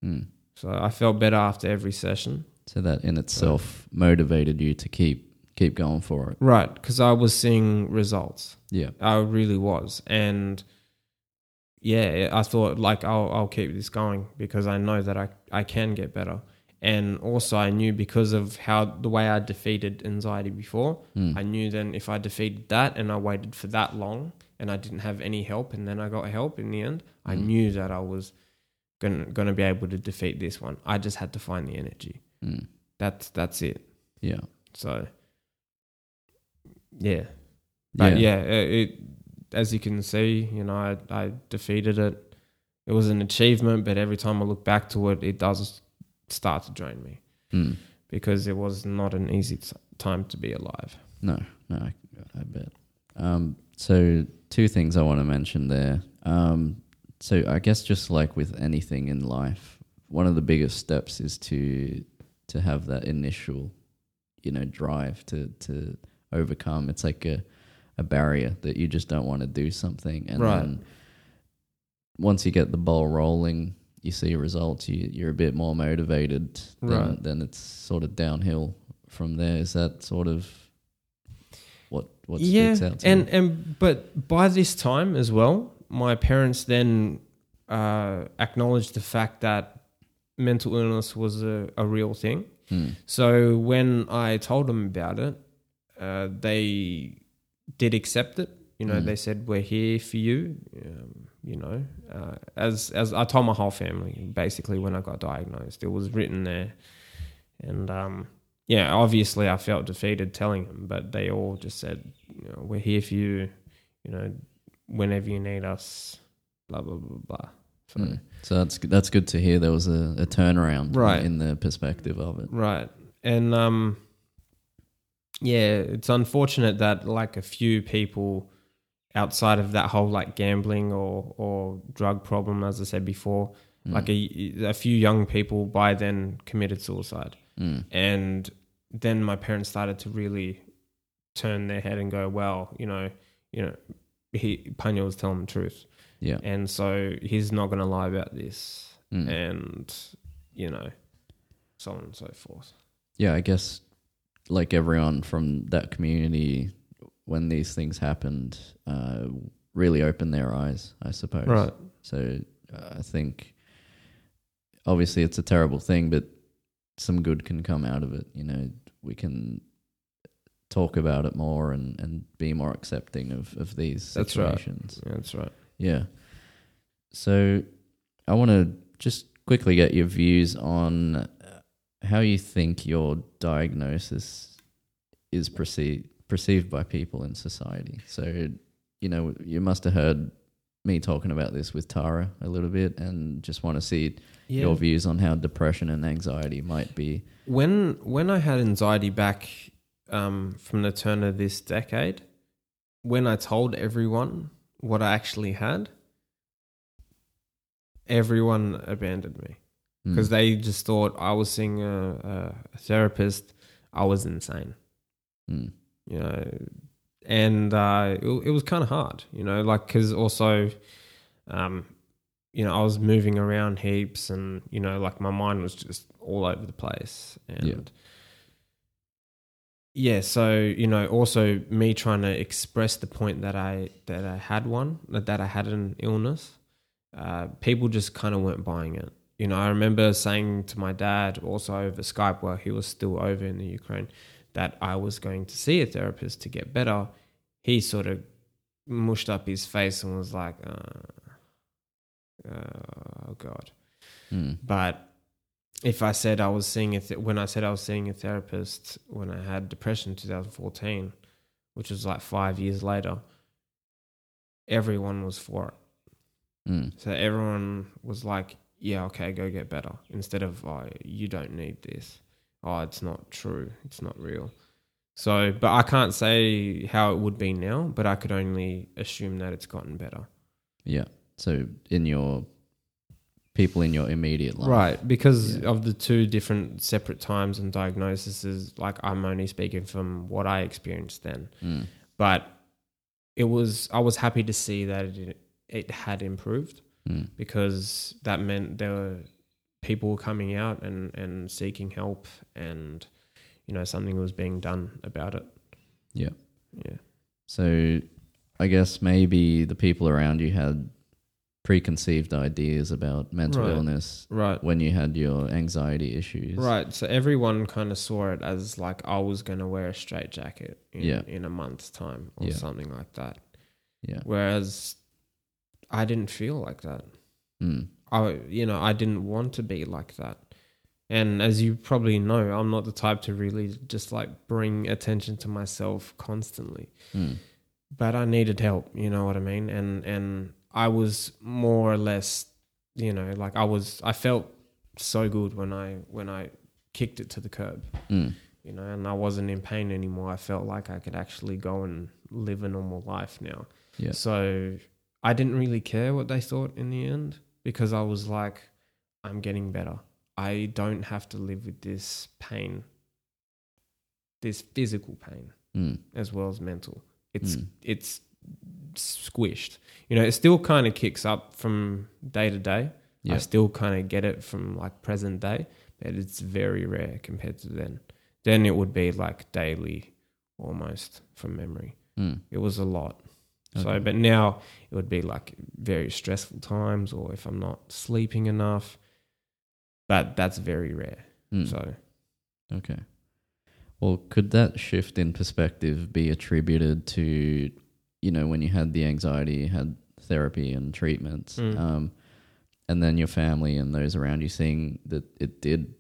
[SPEAKER 1] Mm.
[SPEAKER 2] So I felt better after every session.
[SPEAKER 1] So that in itself motivated you to keep keep going for it.
[SPEAKER 2] Right, because I was seeing results.
[SPEAKER 1] Yeah.
[SPEAKER 2] I really was, and yeah, I thought like I'll I'll keep this going because I know that I I can get better, and also I knew because of how the way I defeated anxiety before,
[SPEAKER 1] Mm.
[SPEAKER 2] I knew then if I defeated that and I waited for that long and I didn't have any help and then I got help in the end, I
[SPEAKER 1] Mm.
[SPEAKER 2] knew that I was gonna gonna be able to defeat this one. I just had to find the energy.
[SPEAKER 1] Mm.
[SPEAKER 2] That's that's it.
[SPEAKER 1] Yeah.
[SPEAKER 2] So yeah. But Uh, yeah, it, it as you can see, you know, I, I defeated it. It was an achievement, but every time I look back to it, it does start to drain me
[SPEAKER 1] Mm.
[SPEAKER 2] because it was not an easy t- time to be alive.
[SPEAKER 1] No, no, I, I bet. Um, so two things I want to mention there. Um, so I guess just like with anything in life, one of the biggest steps is to to have that initial, you know, drive to to overcome. It's like a a barrier that you just don't want to do something, and
[SPEAKER 2] Right.
[SPEAKER 1] then once you get the ball rolling, you see results. You you're a bit more motivated. Then,
[SPEAKER 2] Right.
[SPEAKER 1] then it's sort of downhill from there. Is that sort of what what sticks out to
[SPEAKER 2] and
[SPEAKER 1] you?
[SPEAKER 2] and but by this time as well, my parents then uh, acknowledged the fact that mental illness was a, a real thing.
[SPEAKER 1] Mm,
[SPEAKER 2] So when I told them about it, uh, they did accept it. You know,
[SPEAKER 1] Mm.
[SPEAKER 2] they said we're here for you. Um, you know, uh, as as I told my whole family basically when I got diagnosed, it was written there, and um, yeah, obviously I felt defeated telling them, but they all just said, you know, we're here for you. You know, whenever you need us, blah blah blah blah. So.
[SPEAKER 1] mm. So that's that's good to hear. There was a, a turnaround
[SPEAKER 2] Right.
[SPEAKER 1] in the perspective of it.
[SPEAKER 2] Right. And um yeah, it's unfortunate that like a few people outside of that whole like gambling or or drug problem as I said before,
[SPEAKER 1] Mm,
[SPEAKER 2] like a, a few young people by then committed suicide.
[SPEAKER 1] mm,
[SPEAKER 2] And then my parents started to really turn their head and go, "Well, you know, you know, he Panya was telling the truth."
[SPEAKER 1] yeah.
[SPEAKER 2] And so he's not going to lie about this
[SPEAKER 1] mm.
[SPEAKER 2] and you know, so on and so forth.
[SPEAKER 1] yeah, I guess like everyone from that community, when these things happened, uh, really opened their eyes, I suppose.
[SPEAKER 2] Right.
[SPEAKER 1] So uh, I think obviously it's a terrible thing, but some good can come out of it. You know, we can talk about it more and, and be more accepting of, of these
[SPEAKER 2] That's right.
[SPEAKER 1] situations.
[SPEAKER 2] Yeah, that's right.
[SPEAKER 1] Yeah. So I want to just quickly get your views on uh, how you think your diagnosis is perceived perceived by people in society. So you know, you must have heard me talking about this with Tara a little bit and just want to see
[SPEAKER 2] Yeah.
[SPEAKER 1] your views on how depression and anxiety might be.
[SPEAKER 2] when when I had anxiety back um, from the turn of this decade, when I told everyone what I actually had, everyone abandoned me because
[SPEAKER 1] Mm.
[SPEAKER 2] they just thought I was seeing a, a therapist. I was insane,
[SPEAKER 1] Mm.
[SPEAKER 2] you know, and uh, it, wa- it was kind of hard, you know, like because also, um, you know, I was moving around heaps, and you know, like my mind was just all over the place, and.
[SPEAKER 1] Yeah.
[SPEAKER 2] Yeah, so you know, also me trying to express the point that I that I had one that that I had an illness, uh, people just kind of weren't buying it. You know, I remember saying to my dad also over Skype while he was still over in the Ukraine that I was going to see a therapist to get better. He sort of mushed up his face and was like, uh, uh, "Oh God."
[SPEAKER 1] Mm.
[SPEAKER 2] But if I said I was seeing a th- when I said I was seeing a therapist when I had depression in 2014, which was like five years later, everyone was for it.
[SPEAKER 1] Mm.
[SPEAKER 2] So everyone was like, "Yeah, okay, go get better." Instead of, "Oh, you don't need this. Oh, it's not true. It's not real." So, but I can't say how it would be now, but I could only assume that it's gotten better.
[SPEAKER 1] Yeah. So in your people in your immediate life.
[SPEAKER 2] Right, because
[SPEAKER 1] Yeah.
[SPEAKER 2] of the two different separate times and diagnoses, like I'm only speaking from what I experienced then.
[SPEAKER 1] Mm.
[SPEAKER 2] But it was I was happy to see that it it had improved
[SPEAKER 1] Mm.
[SPEAKER 2] because that meant there were people were coming out and and seeking help and you know something was being done about it.
[SPEAKER 1] Yeah.
[SPEAKER 2] Yeah.
[SPEAKER 1] So I guess maybe the people around you had preconceived ideas about mental
[SPEAKER 2] Right.
[SPEAKER 1] illness
[SPEAKER 2] Right.
[SPEAKER 1] when you had your anxiety issues.
[SPEAKER 2] Right. So everyone kind of saw it as like I was going to wear a straight jacket in,
[SPEAKER 1] Yeah.
[SPEAKER 2] in a month's time or
[SPEAKER 1] Yeah.
[SPEAKER 2] something like that.
[SPEAKER 1] Yeah.
[SPEAKER 2] Whereas I didn't feel like that.
[SPEAKER 1] Mm.
[SPEAKER 2] I, you know, I didn't want to be like that. And as you probably know, I'm not the type to really just like bring attention to myself constantly.
[SPEAKER 1] Mm.
[SPEAKER 2] But I needed help, you know what I mean? And and I was more or less, you know, like I was I felt so good when I when I kicked it to the curb,
[SPEAKER 1] Mm.
[SPEAKER 2] you know, and I wasn't in pain anymore. I felt like I could actually go and live a normal life now.
[SPEAKER 1] Yeah.
[SPEAKER 2] So I didn't really care what they thought in the end because I was like, I'm getting better. I don't have to live with this pain, this physical pain
[SPEAKER 1] Mm.
[SPEAKER 2] as well as mental. It's
[SPEAKER 1] Mm.
[SPEAKER 2] it's squished. You know, it still kind of kicks up from day to day.
[SPEAKER 1] Yeah.
[SPEAKER 2] I still kind of get it from like present day, but it's very rare compared to then. Then it would be like daily almost from memory.
[SPEAKER 1] Mm.
[SPEAKER 2] It was a lot. So,
[SPEAKER 1] Okay.
[SPEAKER 2] but now it would be like very stressful times, or if I'm not sleeping enough. But that's very rare.
[SPEAKER 1] Mm.
[SPEAKER 2] So,
[SPEAKER 1] Okay. Well, could that shift in perspective be attributed to, you know, when you had the anxiety, you had therapy and treatments,
[SPEAKER 2] Mm.
[SPEAKER 1] um, and then your family and those around you seeing that it did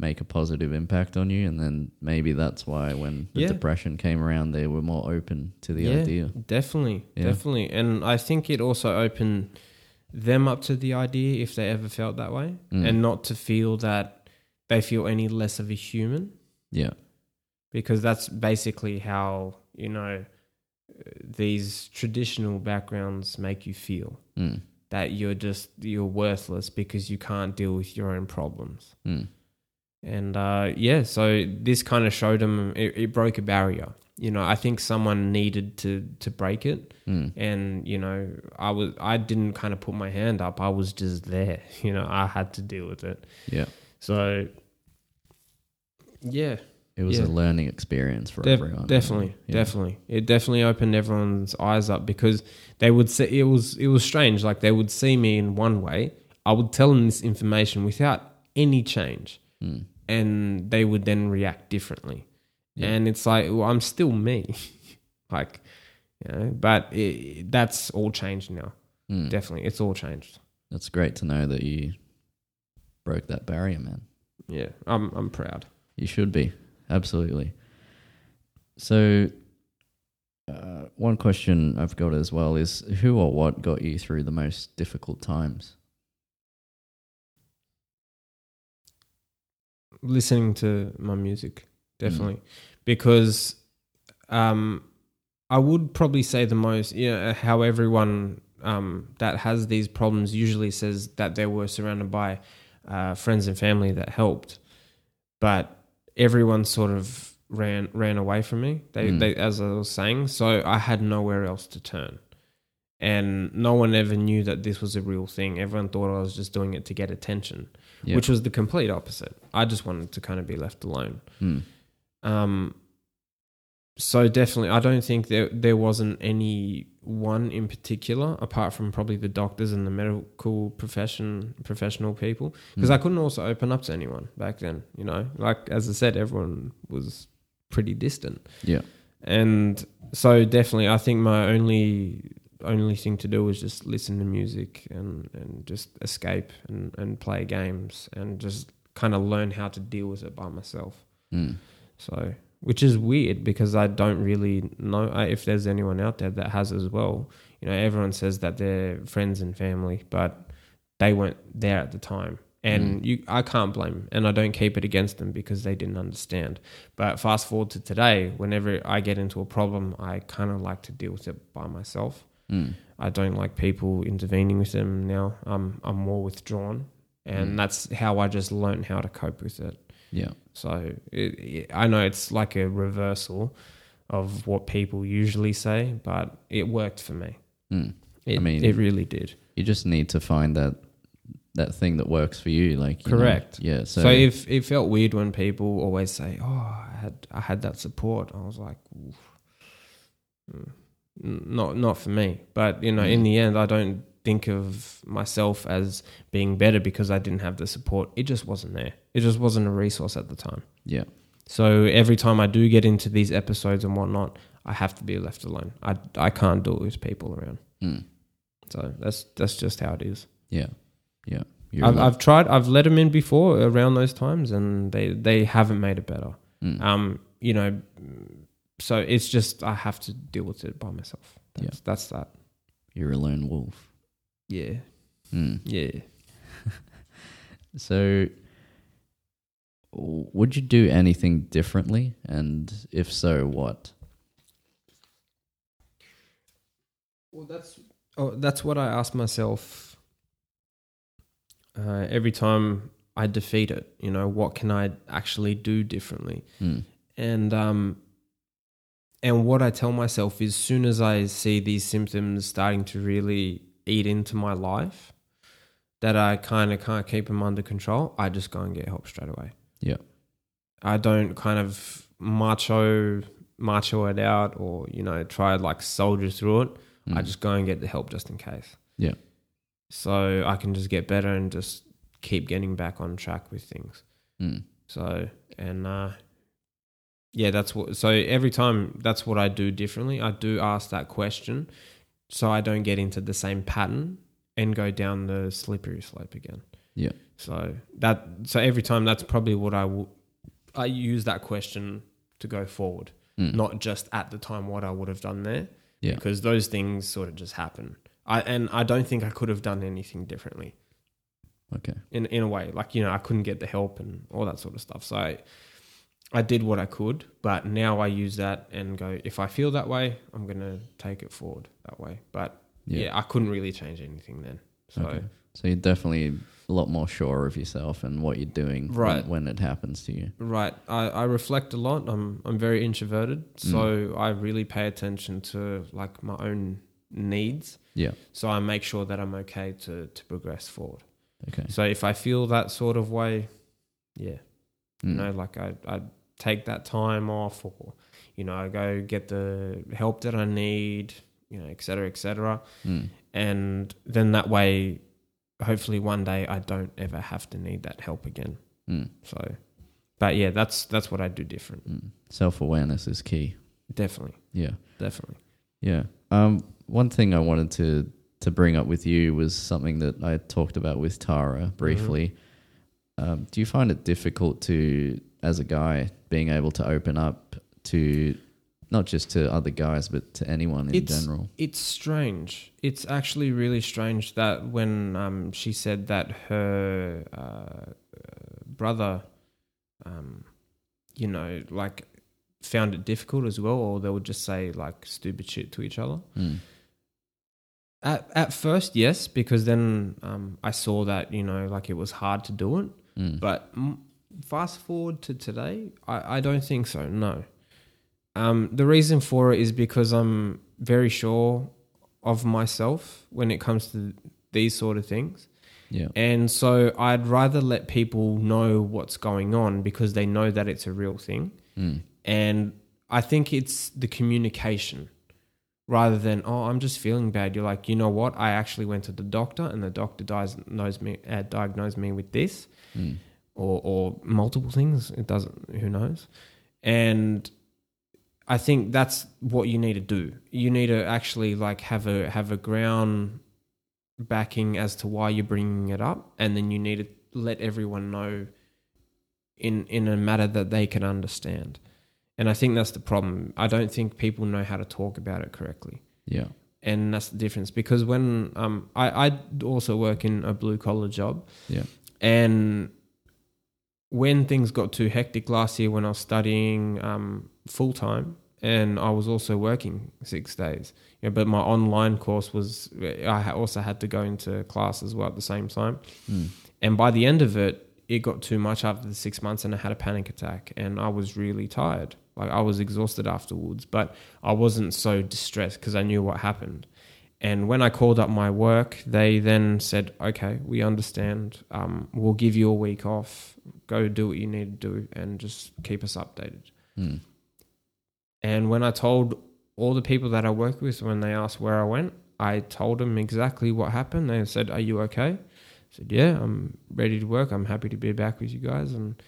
[SPEAKER 1] make a positive impact on you, and then maybe that's why when the
[SPEAKER 2] Yeah.
[SPEAKER 1] depression came around, they were more open to the
[SPEAKER 2] Yeah.
[SPEAKER 1] idea.
[SPEAKER 2] definitely,
[SPEAKER 1] Yeah.
[SPEAKER 2] definitely. And I think it also opened them up to the idea if they ever felt that way
[SPEAKER 1] Mm.
[SPEAKER 2] and not to feel that they feel any less of a human
[SPEAKER 1] Yeah.
[SPEAKER 2] because that's basically how, you know, these traditional backgrounds make you feel
[SPEAKER 1] Mm.
[SPEAKER 2] that you're just, you're worthless because you can't deal with your own problems.
[SPEAKER 1] Mm.
[SPEAKER 2] And uh, yeah, so this kind of showed him it, it broke a barrier. You know, I think someone needed to to break it,
[SPEAKER 1] Mm.
[SPEAKER 2] and you know, I was I didn't kind of put my hand up. I was just there. *laughs* You know, I had to deal with it.
[SPEAKER 1] Yeah.
[SPEAKER 2] So yeah,
[SPEAKER 1] It was
[SPEAKER 2] Yeah.
[SPEAKER 1] a learning experience for
[SPEAKER 2] Def-
[SPEAKER 1] everyone.
[SPEAKER 2] Definitely,
[SPEAKER 1] Yeah.
[SPEAKER 2] definitely. It definitely opened everyone's eyes up because they would see it was it was strange. Like they would see me in one way. I would tell them this information without any change,
[SPEAKER 1] Mm.
[SPEAKER 2] and they would then react differently.
[SPEAKER 1] Yeah.
[SPEAKER 2] And it's like, well, I'm still me, *laughs* like, you know. But it, that's all changed now.
[SPEAKER 1] Mm.
[SPEAKER 2] Definitely, it's all changed.
[SPEAKER 1] That's great to know that you broke that barrier, man.
[SPEAKER 2] Yeah, I'm I'm proud.
[SPEAKER 1] You should be. Absolutely. So, uh, one question I've got as well is who or what got you through the most difficult times?
[SPEAKER 2] listening to my music definitely because um i would probably say the most yeah how everyone um, that has these problems usually says that they were surrounded by uh, friends and family that helped, but everyone sort of ran ran away from me. They,
[SPEAKER 1] Mm.
[SPEAKER 2] they as I was saying, so I had nowhere else to turn, and no one ever knew that this was a real thing. Everyone thought I was just doing it to get attention,
[SPEAKER 1] Yeah.
[SPEAKER 2] which was the complete opposite. I just wanted to kind of be left alone.
[SPEAKER 1] Mm.
[SPEAKER 2] Um, so definitely, I don't think there there wasn't any one in particular, apart from probably the doctors and the medical profession professional people, because
[SPEAKER 1] Mm.
[SPEAKER 2] I couldn't also open up to anyone back then. You know, like as I said, everyone was pretty distant.
[SPEAKER 1] Yeah.
[SPEAKER 2] and so definitely, I think my only only thing to do was just listen to music and and just escape and and play games and just kind of learn how to deal with it by myself.
[SPEAKER 1] Mm.
[SPEAKER 2] So, which is weird because I don't really know I- if there's anyone out there that has as well. You know, everyone says that they're friends and family, but they weren't there at the time. And
[SPEAKER 1] Mm.
[SPEAKER 2] you, I can't blame, and I don't keep it against them because they didn't understand. But fast forward to today, whenever I get into a problem, I kind of like to deal with it by myself.
[SPEAKER 1] Mm.
[SPEAKER 2] I don't like people intervening with them now. I'm, I'm more withdrawn, and
[SPEAKER 1] Mm.
[SPEAKER 2] that's how I just learn how to cope with it.
[SPEAKER 1] Yeah.
[SPEAKER 2] So it, it, I know it's like a reversal of what people usually say, but it worked for me.
[SPEAKER 1] Mm.
[SPEAKER 2] It,
[SPEAKER 1] I mean-
[SPEAKER 2] it really did.
[SPEAKER 1] You just need to find that that thing that works for you. Like you know,
[SPEAKER 2] Correct.
[SPEAKER 1] yeah. So,
[SPEAKER 2] So, if it felt weird when people always say, "Oh, I had I had that support," I was like, "Oof." Mm. N- "Not not for me." But you know, in
[SPEAKER 1] Mm.
[SPEAKER 2] the end, I don't think of myself as being better because I didn't have the support. It just wasn't there. It just wasn't a resource at the time.
[SPEAKER 1] yeah.
[SPEAKER 2] So every time I do get into these episodes and whatnot, I have to be left alone. I, I can't do it with people around.
[SPEAKER 1] Mm.
[SPEAKER 2] So that's that's just how it is.
[SPEAKER 1] Yeah. Yeah. You're
[SPEAKER 2] I've,
[SPEAKER 1] right.
[SPEAKER 2] I've tried. I've let them in before around those times, and they they haven't made it better.
[SPEAKER 1] Mm.
[SPEAKER 2] Um, you know, so it's just I have to deal with it by myself.
[SPEAKER 1] Yeah.
[SPEAKER 2] That's, that's that.
[SPEAKER 1] You're a lone wolf.
[SPEAKER 2] Yeah,
[SPEAKER 1] Mm.
[SPEAKER 2] yeah.
[SPEAKER 1] So, w- would you do anything differently? And if so, what?
[SPEAKER 2] Well, that's oh, that's what I ask myself uh, every time I defeat it. You know, what can I actually do differently?
[SPEAKER 1] Mm.
[SPEAKER 2] and um and what I tell myself is soon as I see these symptoms starting to really eat into my life that I kind of can't keep them under control, I just go and get help straight away.
[SPEAKER 1] Yeah.
[SPEAKER 2] I don't kind of macho macho it out or you know try to, like soldier through it. I
[SPEAKER 1] Mm.
[SPEAKER 2] just go and get the help just in case.
[SPEAKER 1] Yeah.
[SPEAKER 2] So I can just get better and just keep getting back on track with things.
[SPEAKER 1] Mm.
[SPEAKER 2] So and uh yeah, that's what so every time that's what I do differently. I do ask that question so I don't get into the same pattern and go down the slippery slope again.
[SPEAKER 1] Yeah.
[SPEAKER 2] So that so every time that's probably what I will I use that question to go forward,
[SPEAKER 1] Mm.
[SPEAKER 2] not just at the time what I would have done there.
[SPEAKER 1] Yeah.
[SPEAKER 2] Because those things sort of just happen. I and I don't think I could have done anything differently
[SPEAKER 1] Okay.
[SPEAKER 2] in in a way. Like you know, I couldn't get the help and all that sort of stuff. So I, I did what I could, but now I use that and go. If I feel that way, I'm gonna take it forward that way. But yeah, I couldn't really change anything then. So
[SPEAKER 1] Okay. So you're definitely a lot more sure of yourself and what you're doing when-
[SPEAKER 2] Right.
[SPEAKER 1] when, it happens to you.
[SPEAKER 2] right, I, I reflect a lot. I'm I'm very introverted,
[SPEAKER 1] Mm.
[SPEAKER 2] so I really pay attention to like my own needs.
[SPEAKER 1] Yeah.
[SPEAKER 2] So I make sure that I'm okay to to progress forward.
[SPEAKER 1] Okay.
[SPEAKER 2] So if I feel that sort of way, yeah,
[SPEAKER 1] Mm.
[SPEAKER 2] you know like I, I take that time off or you know i go get the help that i need you know et cetera et cetera
[SPEAKER 1] Mm.
[SPEAKER 2] and then that way hopefully one day i don't ever have to need that help again
[SPEAKER 1] Mm.
[SPEAKER 2] so but yeah that's that's what i do different
[SPEAKER 1] Mm. Self awareness is key.
[SPEAKER 2] definitely
[SPEAKER 1] Yeah.
[SPEAKER 2] definitely
[SPEAKER 1] Yeah. Um, one thing I wanted to to bring up with you was something that I talked about with Tara briefly.
[SPEAKER 2] Mm-hmm.
[SPEAKER 1] Um, do you find it difficult to, as a guy, being able to open up to not just to other guys but to anyone in
[SPEAKER 2] It's-
[SPEAKER 1] general?
[SPEAKER 2] It's strange. It's actually really strange that when um, she said that her uh, uh, brother, um, you know, like
[SPEAKER 1] Hmm.
[SPEAKER 2] found it difficult as well, or they would just say like stupid shit to each other.
[SPEAKER 1] Mm.
[SPEAKER 2] At, at first, yes, because then um, I saw that, you know, like it was hard to do it.
[SPEAKER 1] Mm.
[SPEAKER 2] But mm, fast forward to today, I, I don't think so. No. Um, the reason for it is because I'm very sure of myself when it comes to these sort of things.
[SPEAKER 1] yeah,
[SPEAKER 2] And so I'd rather let people know what's going on because they know that it's a real thing.
[SPEAKER 1] mm.
[SPEAKER 2] And I think it's the communication rather than, oh, I'm just feeling bad. You're like, you know what? I actually went to the doctor and the doctor dies, knows me, uh, diagnosed me with this
[SPEAKER 1] Mm.
[SPEAKER 2] or, or multiple things. It doesn't, who knows? And I think that's what you need to do. You need to actually like have a, have a ground backing as to why you're bringing it up. And then you need to let everyone know in, in a matter that they can understand. And I think that's the problem. I don't think people know how to talk about it correctly.
[SPEAKER 1] yeah,
[SPEAKER 2] And that's the difference because when um, I, I also work in a blue collar job.
[SPEAKER 1] Yeah.
[SPEAKER 2] And when things got too hectic last year when I was studying um, full time and I was also working six days, you know, but my online course was, I ha- also had to go into class as well at the same time.
[SPEAKER 1] mm.
[SPEAKER 2] And by the end of it, it got too much after the six months, and I had a panic attack, and I was really tired. Like I was exhausted afterwards, but I wasn't so distressed because I knew what happened. And when I called up my work, they then said, "Okay, we understand. Um, we'll give you a week off. Go do what you need to do, and just keep us updated."
[SPEAKER 1] Mm.
[SPEAKER 2] And when I told all the people that I work with, when they asked where I went, I told them exactly what happened. They said, Are you okay? I said, Yeah, I'm ready to work. I'm happy to be back with you guys. And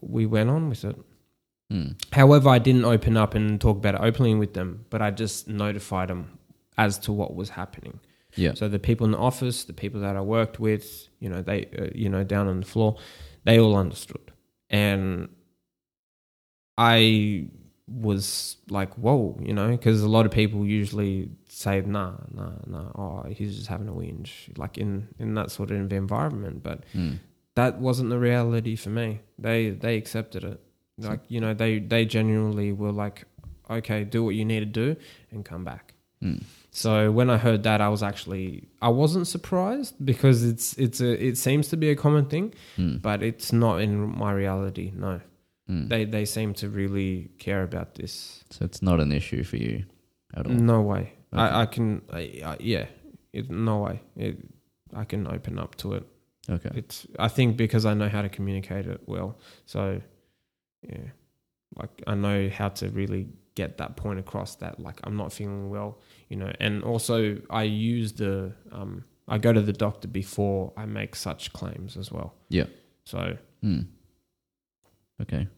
[SPEAKER 2] we went on with it.
[SPEAKER 1] Mm.
[SPEAKER 2] However, I didn't open up and talk about it openly with them, but I just notified them as to what was happening.
[SPEAKER 1] yeah,
[SPEAKER 2] So the people in the office, the people that I worked with, you know, they, uh, you know, down on the floor, they all understood, and I was like, whoa, you know, because a lot of people usually say, nah, nah, nah, oh, he's just having a whinge, like in in that sort of environment, but
[SPEAKER 1] mm.
[SPEAKER 2] that wasn't the reality for me. They they accepted it. Like you know, they they genuinely were like, okay, do what you need to do and come back.
[SPEAKER 1] Mm.
[SPEAKER 2] So when I heard that, I was actually I wasn't surprised because it's it's a it seems to be a common thing,
[SPEAKER 1] Mm.
[SPEAKER 2] but it's not in my reality. No,
[SPEAKER 1] Mm.
[SPEAKER 2] they they seem to really care about this.
[SPEAKER 1] so it's not an issue for you at all.
[SPEAKER 2] No way.
[SPEAKER 1] Okay.
[SPEAKER 2] I, I can. I, I, yeah, it, no way. It, I can open up to it.
[SPEAKER 1] Okay,
[SPEAKER 2] It's I think because I know how to communicate it well. So yeah. Like I know how to really get that point across that like I'm not feeling well, you know. And also I use the um I go to the doctor before I make such claims as well.
[SPEAKER 1] Yeah.
[SPEAKER 2] So
[SPEAKER 1] Hmm. Okay.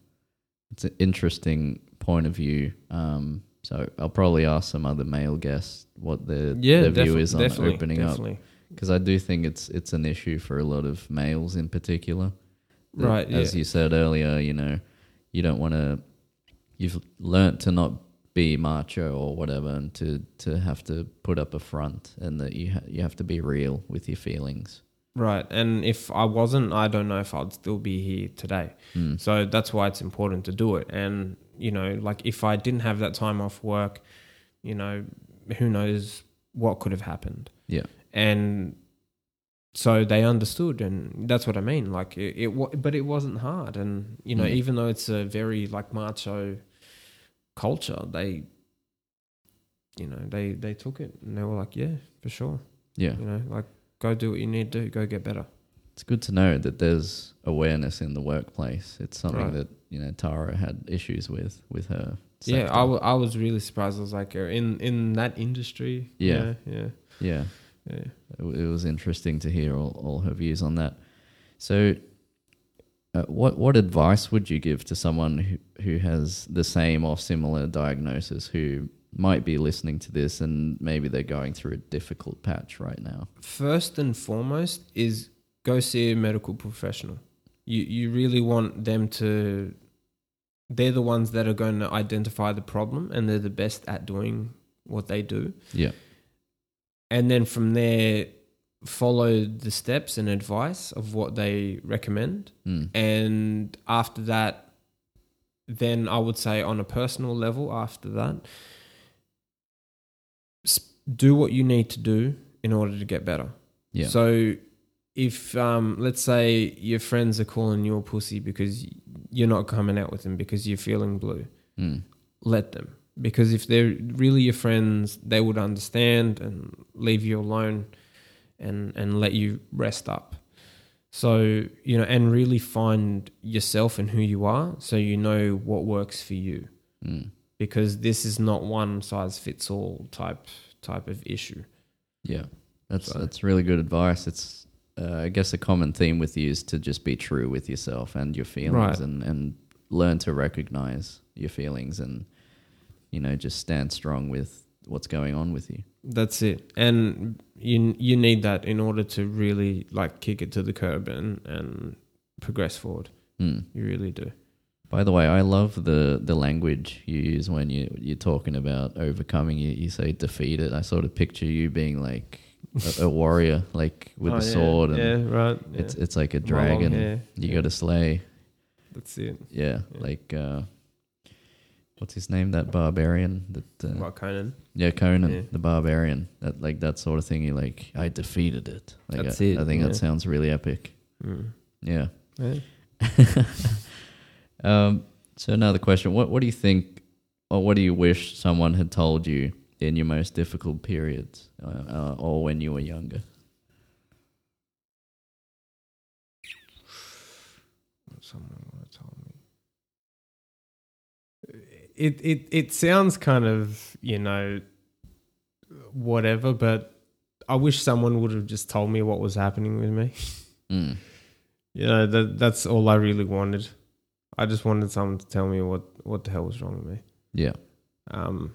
[SPEAKER 1] It's an interesting point of view. Um, so I'll probably ask some other male guests what their,
[SPEAKER 2] yeah,
[SPEAKER 1] their view
[SPEAKER 2] defi-
[SPEAKER 1] is on
[SPEAKER 2] definitely,
[SPEAKER 1] opening up.
[SPEAKER 2] definitely.
[SPEAKER 1] Because I do think it's it's an issue for a lot of males in particular. That,
[SPEAKER 2] Right,
[SPEAKER 1] As
[SPEAKER 2] yeah.
[SPEAKER 1] you said earlier, you know, you don't want to, you've learnt to not be macho or whatever and to, to have to put up a front and that you, ha- you have to be real with your feelings.
[SPEAKER 2] Right. And if I wasn't, I don't know if I'd still be here today.
[SPEAKER 1] Hmm.
[SPEAKER 2] So that's why it's important to do it. And, you know, like if I didn't have that time off work, you know, who knows what could have happened.
[SPEAKER 1] Yeah.
[SPEAKER 2] And so they understood. And that's what I mean. Like it, it wa- but it wasn't hard. And, you know,
[SPEAKER 1] Mm.
[SPEAKER 2] even though it's a very like macho culture, they, you know, they, they took it and they were like, yeah, for sure.
[SPEAKER 1] Yeah.
[SPEAKER 2] You know, like go do what you need to do, go get better.
[SPEAKER 1] it's good to know that there's awareness in the workplace. It's something
[SPEAKER 2] Right.
[SPEAKER 1] that you know Tara had issues with with her.
[SPEAKER 2] Yeah,
[SPEAKER 1] sector.
[SPEAKER 2] I wa- I was really surprised. I was like, uh, in in that industry.
[SPEAKER 1] Yeah.
[SPEAKER 2] yeah,
[SPEAKER 1] yeah.
[SPEAKER 2] yeah. yeah.
[SPEAKER 1] It, w- it was interesting to hear all, all her views on that. So, uh, what what advice would you give to someone who, who has the same or similar diagnosis who might be listening to this and maybe they're going through a difficult patch right now?
[SPEAKER 2] First and foremost is go see a medical professional. You you really want them to. They're the ones that are going to identify the problem, and they're the best at doing what they do.
[SPEAKER 1] Yeah,
[SPEAKER 2] and then from there, follow the steps and advice of what they recommend.
[SPEAKER 1] mm.
[SPEAKER 2] and after that then i would say on a personal level after that s- do what you need to do in order to get better.
[SPEAKER 1] Yeah.
[SPEAKER 2] So if um, let's say your friends are calling you a pussy because you're not coming out with them because you're feeling blue,
[SPEAKER 1] Mm.
[SPEAKER 2] let them. Because if they're really your friends, they would understand and leave you alone and and let you rest up. So, you know, and really find yourself and who you are so you know what works for you
[SPEAKER 1] Mm.
[SPEAKER 2] because this is not one size fits all type type of issue.
[SPEAKER 1] Yeah. That's
[SPEAKER 2] So-
[SPEAKER 1] that's really good advice. It's uh, I guess a common theme with you is to just be true with yourself and your feelings
[SPEAKER 2] Right.
[SPEAKER 1] and and learn to recognize your feelings and you know just stand strong with what's going on with you.
[SPEAKER 2] That's it. And you you need that in order to really like kick it to the curb and and progress forward.
[SPEAKER 1] Mm.
[SPEAKER 2] You really do.
[SPEAKER 1] By the way, I love the, the language you use when you you're talking about overcoming. You you say defeat it. I sort of picture you being like a, a warrior, like
[SPEAKER 2] *laughs*
[SPEAKER 1] with a sword, and
[SPEAKER 2] Oh, Yeah, right. yeah.
[SPEAKER 1] it's it's like a
[SPEAKER 2] Come along,
[SPEAKER 1] dragon.
[SPEAKER 2] yeah,
[SPEAKER 1] You
[SPEAKER 2] yeah.
[SPEAKER 1] got to slay.
[SPEAKER 2] That's it.
[SPEAKER 1] Yeah,
[SPEAKER 2] Yeah.
[SPEAKER 1] like uh, what's his name? That barbarian. That uh,
[SPEAKER 2] Like Conan.
[SPEAKER 1] yeah, Conan
[SPEAKER 2] Yeah.
[SPEAKER 1] the barbarian. That like that sort of thing. You like I defeated it. Like,
[SPEAKER 2] That's
[SPEAKER 1] I,
[SPEAKER 2] it,
[SPEAKER 1] I think
[SPEAKER 2] yeah.
[SPEAKER 1] that sounds really epic.
[SPEAKER 2] Mm.
[SPEAKER 1] Yeah.
[SPEAKER 2] Yeah.
[SPEAKER 1] um, so another question: What what do you think, or what do you wish someone had told you in your most difficult periods, uh, uh, or when you were younger?
[SPEAKER 2] Someone would have told me.
[SPEAKER 3] It it it sounds kind of you know whatever, but I wish someone would have just told me what was happening with me.
[SPEAKER 1] Mm.
[SPEAKER 3] You know that that's all I really wanted. I just wanted someone to tell me what what the hell was wrong with me.
[SPEAKER 1] Yeah,
[SPEAKER 3] Um,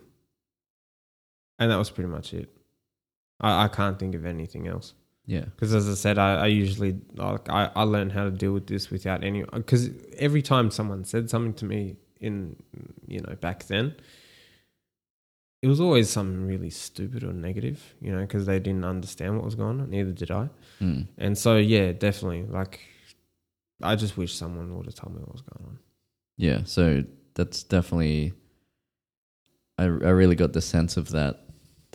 [SPEAKER 3] and that was pretty much it. I, I can't think of anything else
[SPEAKER 1] yeah,
[SPEAKER 3] because, as I said, I, I usually like I, I learn how to deal with this without any because every time someone said something to me in you know back then, it was always something really stupid or negative, you know, because they didn't understand what was going on. Neither did I,
[SPEAKER 1] mm.
[SPEAKER 3] and so yeah, definitely like. I just wish someone would have told me what was going on.
[SPEAKER 1] yeah. So that's definitely. I I really got the sense of that.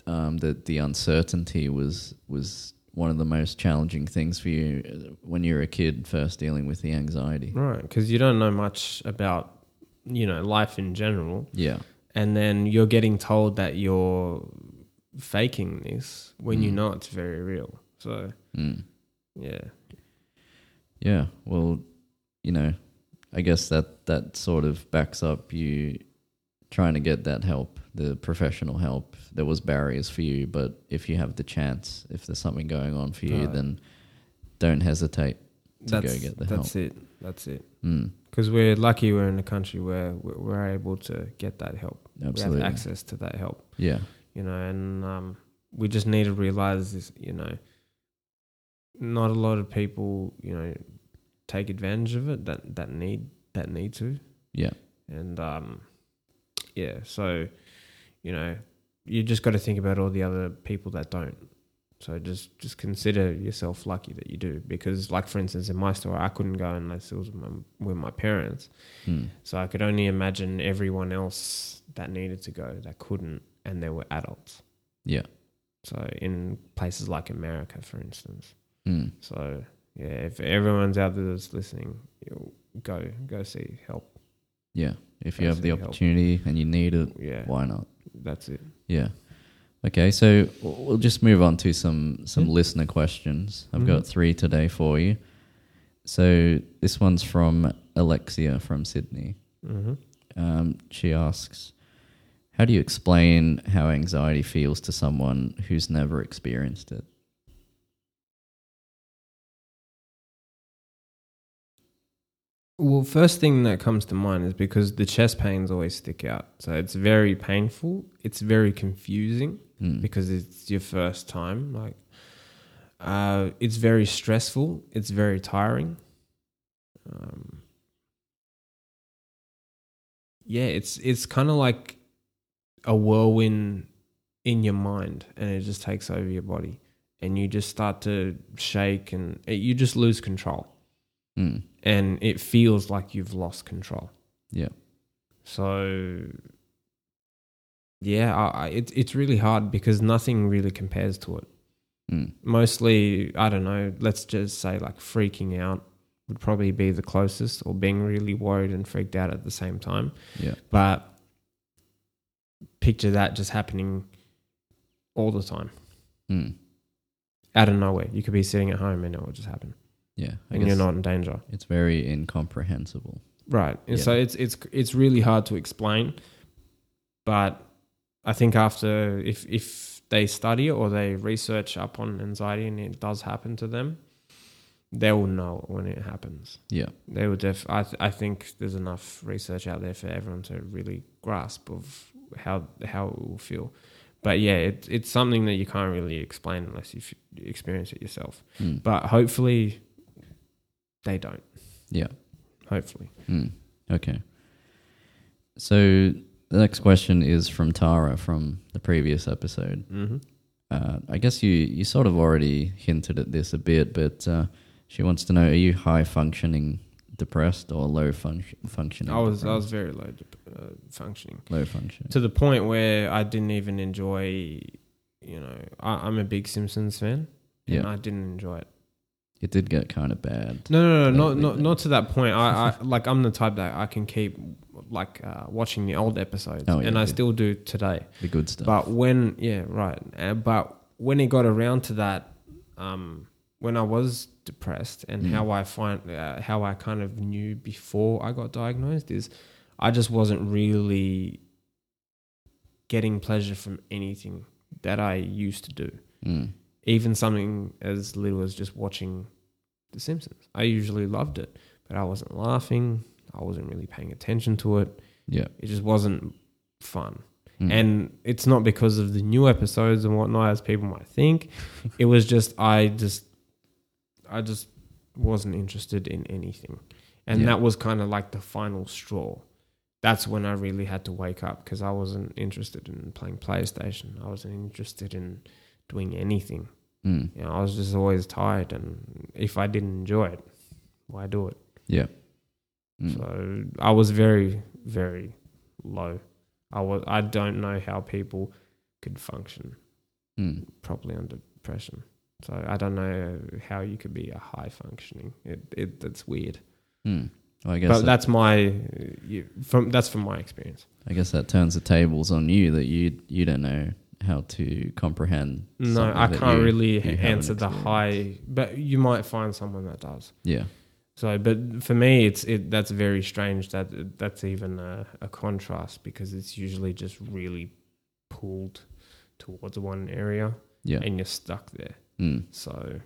[SPEAKER 1] Um, that the uncertainty was was one of the most challenging things for you uh, when you were a kid, first dealing with the anxiety.
[SPEAKER 3] Right, because you don't know much about, you know, life in general.
[SPEAKER 1] Yeah,
[SPEAKER 3] and then you're getting told that you're faking this when you
[SPEAKER 1] Mm.
[SPEAKER 3] know it's very real. So
[SPEAKER 1] mm.
[SPEAKER 3] yeah,
[SPEAKER 1] Yeah, well, you know, I guess that that sort of backs up you trying to get that help, the professional help. There was barriers for you, but if you have the chance, if there's something going on for you,
[SPEAKER 2] Right.
[SPEAKER 1] then don't hesitate. go
[SPEAKER 2] That's,
[SPEAKER 1] get the
[SPEAKER 2] that's it. That's it.
[SPEAKER 1] Mm,
[SPEAKER 2] Because we're lucky we're in a country where we're we're able to get that help. We
[SPEAKER 1] absolutely.
[SPEAKER 2] have access to that help.
[SPEAKER 1] yeah.
[SPEAKER 2] you know, and um, we just need to realize this, you know, not a lot of people, you know, take advantage of it that that need that need to.
[SPEAKER 1] Yeah.
[SPEAKER 2] And um, yeah, so you know, you just got to think about all the other people that don't. So just just consider yourself lucky that you do, because like for instance, in my story, I couldn't go unless it was with my, with my parents.
[SPEAKER 1] Mm,
[SPEAKER 2] So I could only imagine everyone else that needed to go that couldn't, and they were adults.
[SPEAKER 1] Yeah.
[SPEAKER 2] So in places like America, for instance.
[SPEAKER 1] mm,
[SPEAKER 2] So yeah, if everyone's out there that's listening, you go go see help.
[SPEAKER 1] yeah. If you have the
[SPEAKER 2] Basically help.
[SPEAKER 1] opportunity and you need it,
[SPEAKER 2] Yeah,
[SPEAKER 1] why not?
[SPEAKER 2] that's it.
[SPEAKER 1] Yeah. Okay, so w- we'll just move on to some some
[SPEAKER 2] Hmm.
[SPEAKER 1] listener questions. I've got
[SPEAKER 2] Mhm.
[SPEAKER 1] three today for you. So this one's from Alexia from Sydney.
[SPEAKER 2] hmm
[SPEAKER 1] Um, she asks, "How do you explain how anxiety feels to someone who's never experienced it?"
[SPEAKER 2] Well, first thing that comes to mind is because the chest pains always stick out, so it's very painful. It's very confusing.
[SPEAKER 1] Mm,
[SPEAKER 2] because it's your first time. Like, uh, it's very stressful. It's very tiring. Um, yeah, it's it's kind of like a whirlwind in your mind, and it just takes over your body, and you just start to shake, and it, you just lose control,
[SPEAKER 1] mm,
[SPEAKER 2] and it feels like you've lost control.
[SPEAKER 1] Yeah.
[SPEAKER 2] So yeah, I, I, it, it's really hard because nothing really compares to it.
[SPEAKER 1] Mm.
[SPEAKER 2] Mostly, I don't know, let's just say like freaking out would probably be the closest or being really worried and freaked out at the same time.
[SPEAKER 1] Yeah.
[SPEAKER 2] But picture that just happening all the time
[SPEAKER 1] Mm.
[SPEAKER 2] out of nowhere. You could be sitting at home and it will just happen
[SPEAKER 1] Yeah. I
[SPEAKER 2] and
[SPEAKER 1] guess
[SPEAKER 2] you're not in danger.
[SPEAKER 1] it's very incomprehensible.
[SPEAKER 2] Right. And
[SPEAKER 1] Yeah.
[SPEAKER 2] So it's it's it's really hard to explain, but I think after if if they study or they research up on anxiety and it does happen to them, they will know when it happens.
[SPEAKER 1] Yeah.
[SPEAKER 2] They will def. I th- I think there's enough research out there for everyone to really grasp of how how it will feel. But yeah, it, it's something that you can't really explain unless you experience it yourself.
[SPEAKER 1] Mm.
[SPEAKER 2] But hopefully, they don't.
[SPEAKER 1] Yeah.
[SPEAKER 2] Hopefully.
[SPEAKER 1] Mm. Okay. So the next question is from Tara from the previous episode.
[SPEAKER 2] Mm-hmm.
[SPEAKER 1] Uh, I guess you, you sort of already hinted at this a bit, but uh, she wants to know: Are you high functioning depressed or low function functioning?
[SPEAKER 2] I was I was
[SPEAKER 1] depressed?
[SPEAKER 2] very low dep- uh, functioning
[SPEAKER 1] low functioning.
[SPEAKER 2] to the point where I didn't even enjoy. You know, I, I'm a big Simpsons fan, and
[SPEAKER 1] Yeah.
[SPEAKER 2] I didn't enjoy it.
[SPEAKER 1] It did get kind of bad.
[SPEAKER 2] No, no, no,
[SPEAKER 1] Totally
[SPEAKER 2] not not
[SPEAKER 1] bad.
[SPEAKER 2] not to that point. *laughs* I, I like I'm the type that I can keep like uh, watching the old episodes,
[SPEAKER 1] Oh, yeah,
[SPEAKER 2] and I
[SPEAKER 1] good.
[SPEAKER 2] still do today.
[SPEAKER 1] The good stuff.
[SPEAKER 2] But when yeah, right. Uh, but when it got around to that, um, when I was depressed and
[SPEAKER 1] Mm.
[SPEAKER 2] how I find uh, how I kind of knew before I got diagnosed is, I just wasn't really getting pleasure from anything that I used to do,
[SPEAKER 1] Mm.
[SPEAKER 2] even something as little as just watching The Simpsons. I usually loved it, but I wasn't laughing. I wasn't really paying attention to it.
[SPEAKER 1] Yeah.
[SPEAKER 2] It just wasn't fun
[SPEAKER 1] Mm.
[SPEAKER 2] and it's not because of the new episodes and whatnot as people might think it was just i just i just wasn't interested in anything and
[SPEAKER 1] Yeah.
[SPEAKER 2] that was kind of like the final straw that's when i really had to wake up because i wasn't interested in playing playstation i wasn't interested in doing anything
[SPEAKER 1] Mm.
[SPEAKER 2] you know, i was just always tired and if i didn't enjoy it why do it
[SPEAKER 1] Mm.
[SPEAKER 2] so I was very, very low. I was. I don't know how people could function
[SPEAKER 1] Mm.
[SPEAKER 2] properly under depression. So I don't know how you could be a high functioning. It it that's weird.
[SPEAKER 1] Mm. Well, I guess
[SPEAKER 2] But
[SPEAKER 1] that-
[SPEAKER 2] that's my uh, you- from that's from my experience.
[SPEAKER 1] I guess that turns the tables on you that you you don't know how to comprehend.
[SPEAKER 2] No,
[SPEAKER 1] something
[SPEAKER 2] I
[SPEAKER 1] that
[SPEAKER 2] can't
[SPEAKER 1] you-
[SPEAKER 2] really
[SPEAKER 1] you haven't
[SPEAKER 2] answer the
[SPEAKER 1] experienced.
[SPEAKER 2] high. But you might find someone that does.
[SPEAKER 1] Yeah,
[SPEAKER 2] So, but for me, it's it. That's very strange that that's even a, a contrast because it's usually just really pulled towards one area
[SPEAKER 1] yeah,
[SPEAKER 2] and you're stuck there.
[SPEAKER 1] mm,
[SPEAKER 2] So,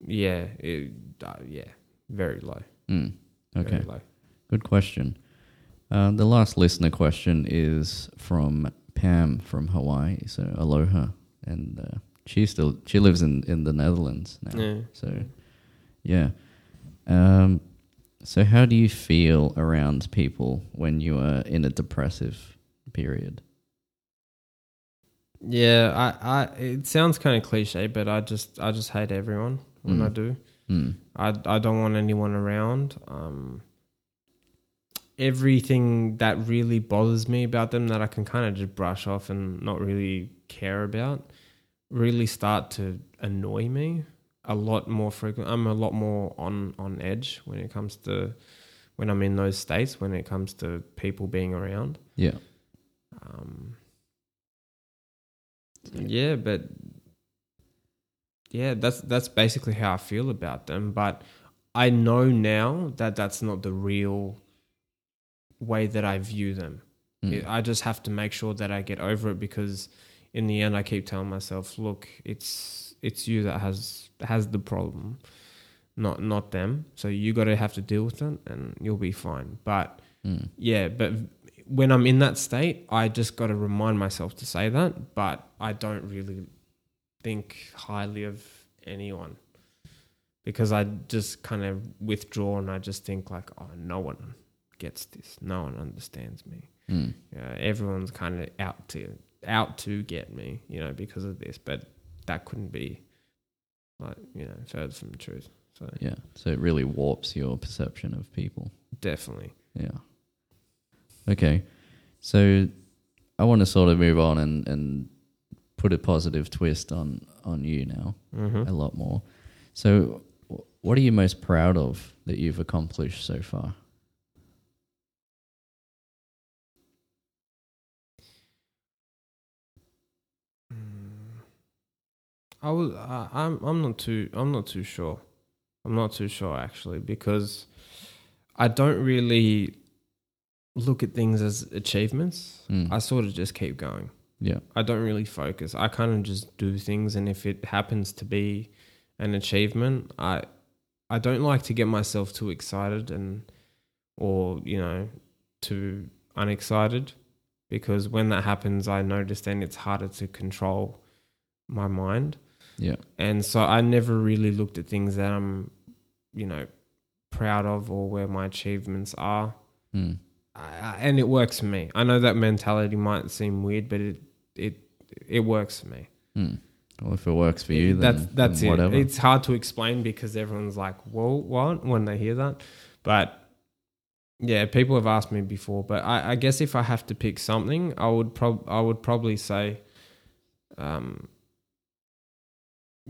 [SPEAKER 2] yeah, it, uh, yeah, very low.
[SPEAKER 1] mm.
[SPEAKER 2] very
[SPEAKER 1] okay,
[SPEAKER 2] low.
[SPEAKER 1] good question. Uh, the last listener question is from Pam from Hawaii. So aloha, and uh, she still she lives in in the Netherlands now.
[SPEAKER 2] Yeah.
[SPEAKER 1] So yeah, um, so how do you feel around people when you are in a depressive period?
[SPEAKER 2] Yeah, I, I, it sounds kind of cliche, but I just, I just hate everyone when
[SPEAKER 1] Mm.
[SPEAKER 2] I do.
[SPEAKER 1] Mm,
[SPEAKER 2] I, I don't want anyone around. Um, everything that really bothers me about them that I can kind of just brush off and not really care about really start to annoy me a lot more frequent. I'm a lot more on, on edge when it comes to when I'm in those states, when it comes to people being around.
[SPEAKER 1] yeah.
[SPEAKER 2] Um, yeah, but yeah, that's that's basically how I feel about them. But I know now that that's not the real way that I view them.
[SPEAKER 1] Mm.
[SPEAKER 2] I just have to make sure that I get over it because in the end, I keep telling myself, "Look, it's it's you that has has the problem, not not them. So you got to have to deal with it, and you'll be fine." But
[SPEAKER 1] Mm.
[SPEAKER 2] yeah, but when I'm in that state, I just got to remind myself to say that, but I don't really think highly of anyone because I just kind of withdraw and I just think like, oh, no one gets this. No one understands me.
[SPEAKER 1] Mm.
[SPEAKER 2] Yeah, everyone's kind of out to out to get me, you know, because of this, but that couldn't be like, you know, further from the truth. So
[SPEAKER 1] Yeah. So it really warps your perception of people.
[SPEAKER 2] definitely.
[SPEAKER 1] Yeah. Okay. So I want to sort of move on and, and put a positive twist on, on you now
[SPEAKER 2] Mm-hmm.
[SPEAKER 1] a lot more. So, wh- what are you most proud of that you've accomplished so far?
[SPEAKER 2] Mm. I was. I, I'm. I'm not too. I'm not too sure. I'm not too sure actually because I don't really look at things as achievements.
[SPEAKER 1] Mm.
[SPEAKER 2] I sort of just keep going.
[SPEAKER 1] yeah,
[SPEAKER 2] I don't really focus. I kind of just do things, and if it happens to be an achievement, I I don't like to get myself too excited and or you know too unexcited because when that happens, I notice then it's harder to control my mind.
[SPEAKER 1] Yeah.
[SPEAKER 2] and so I never really looked at things that I'm you know proud of or where my achievements are.
[SPEAKER 1] Mm.
[SPEAKER 2] I, I- and it works for me. I know that mentality might seem weird, but it it it works for me.
[SPEAKER 1] Mm. Well, if it works for you, then,
[SPEAKER 2] that's that's
[SPEAKER 1] then
[SPEAKER 2] it.
[SPEAKER 1] whatever.
[SPEAKER 2] It's hard to explain because everyone's like, "Well, what?" when they hear that. But yeah, people have asked me before, but I, I guess if I have to pick something, I would prob I would probably say, um,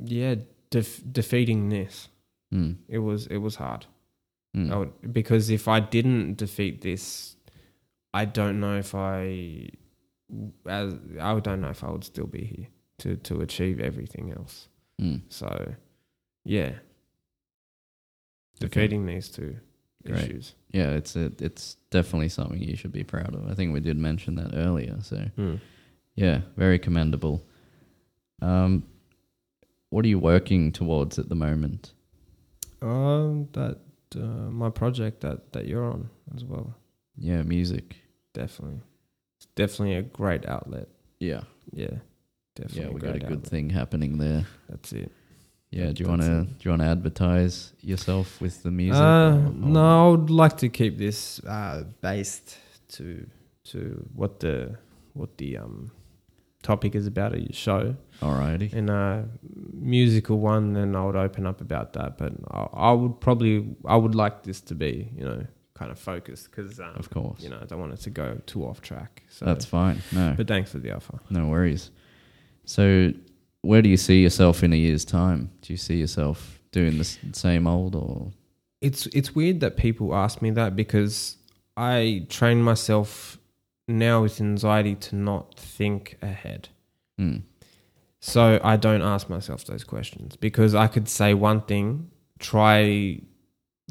[SPEAKER 2] yeah, def- defeating this.
[SPEAKER 1] Mm.
[SPEAKER 2] It was it was hard.
[SPEAKER 1] Mm.
[SPEAKER 2] I would, because if I didn't defeat this, I don't know if I, as I don't know if I would still be here to to achieve everything else.
[SPEAKER 1] Mm.
[SPEAKER 2] So, yeah,
[SPEAKER 1] Okay.
[SPEAKER 2] defeating these two
[SPEAKER 1] Great.
[SPEAKER 2] issues.
[SPEAKER 1] Yeah, it's a, it's definitely something you should be proud of. I think we did mention that earlier. So,
[SPEAKER 2] Hmm.
[SPEAKER 1] Yeah, very commendable. Um, what are you working towards at the moment?
[SPEAKER 2] Um, that uh, my project that that you're on as well.
[SPEAKER 1] Yeah, music.
[SPEAKER 2] Definitely, it's definitely a great outlet.
[SPEAKER 1] Yeah,
[SPEAKER 2] Yeah, definitely.
[SPEAKER 1] yeah,
[SPEAKER 2] a
[SPEAKER 1] we got a
[SPEAKER 2] great
[SPEAKER 1] good
[SPEAKER 2] outlet.
[SPEAKER 1] thing happening there.
[SPEAKER 2] That's it.
[SPEAKER 1] Yeah, do you want
[SPEAKER 2] That's
[SPEAKER 1] to
[SPEAKER 2] it.
[SPEAKER 1] do you want to advertise yourself with the music?
[SPEAKER 2] Uh,
[SPEAKER 1] or- or-
[SPEAKER 2] no, I would like to keep this uh, based to to what the what the um topic is about at your show
[SPEAKER 1] Alrighty.
[SPEAKER 2] and a musical one. Then I would open up about that, but I, I would probably I would like this to be you know kind of focused because um,
[SPEAKER 1] Of course.
[SPEAKER 2] you know I don't want it to go too off track. So
[SPEAKER 1] That's fine. No,
[SPEAKER 2] but thanks for the offer.
[SPEAKER 1] no worries. So, where do you see yourself in a year's time? Do you see yourself doing the s- same old or?
[SPEAKER 2] it's it's weird that people ask me that because I train myself now with anxiety to not think ahead.
[SPEAKER 1] Mm,
[SPEAKER 2] So I don't ask myself those questions because I could say one thing, try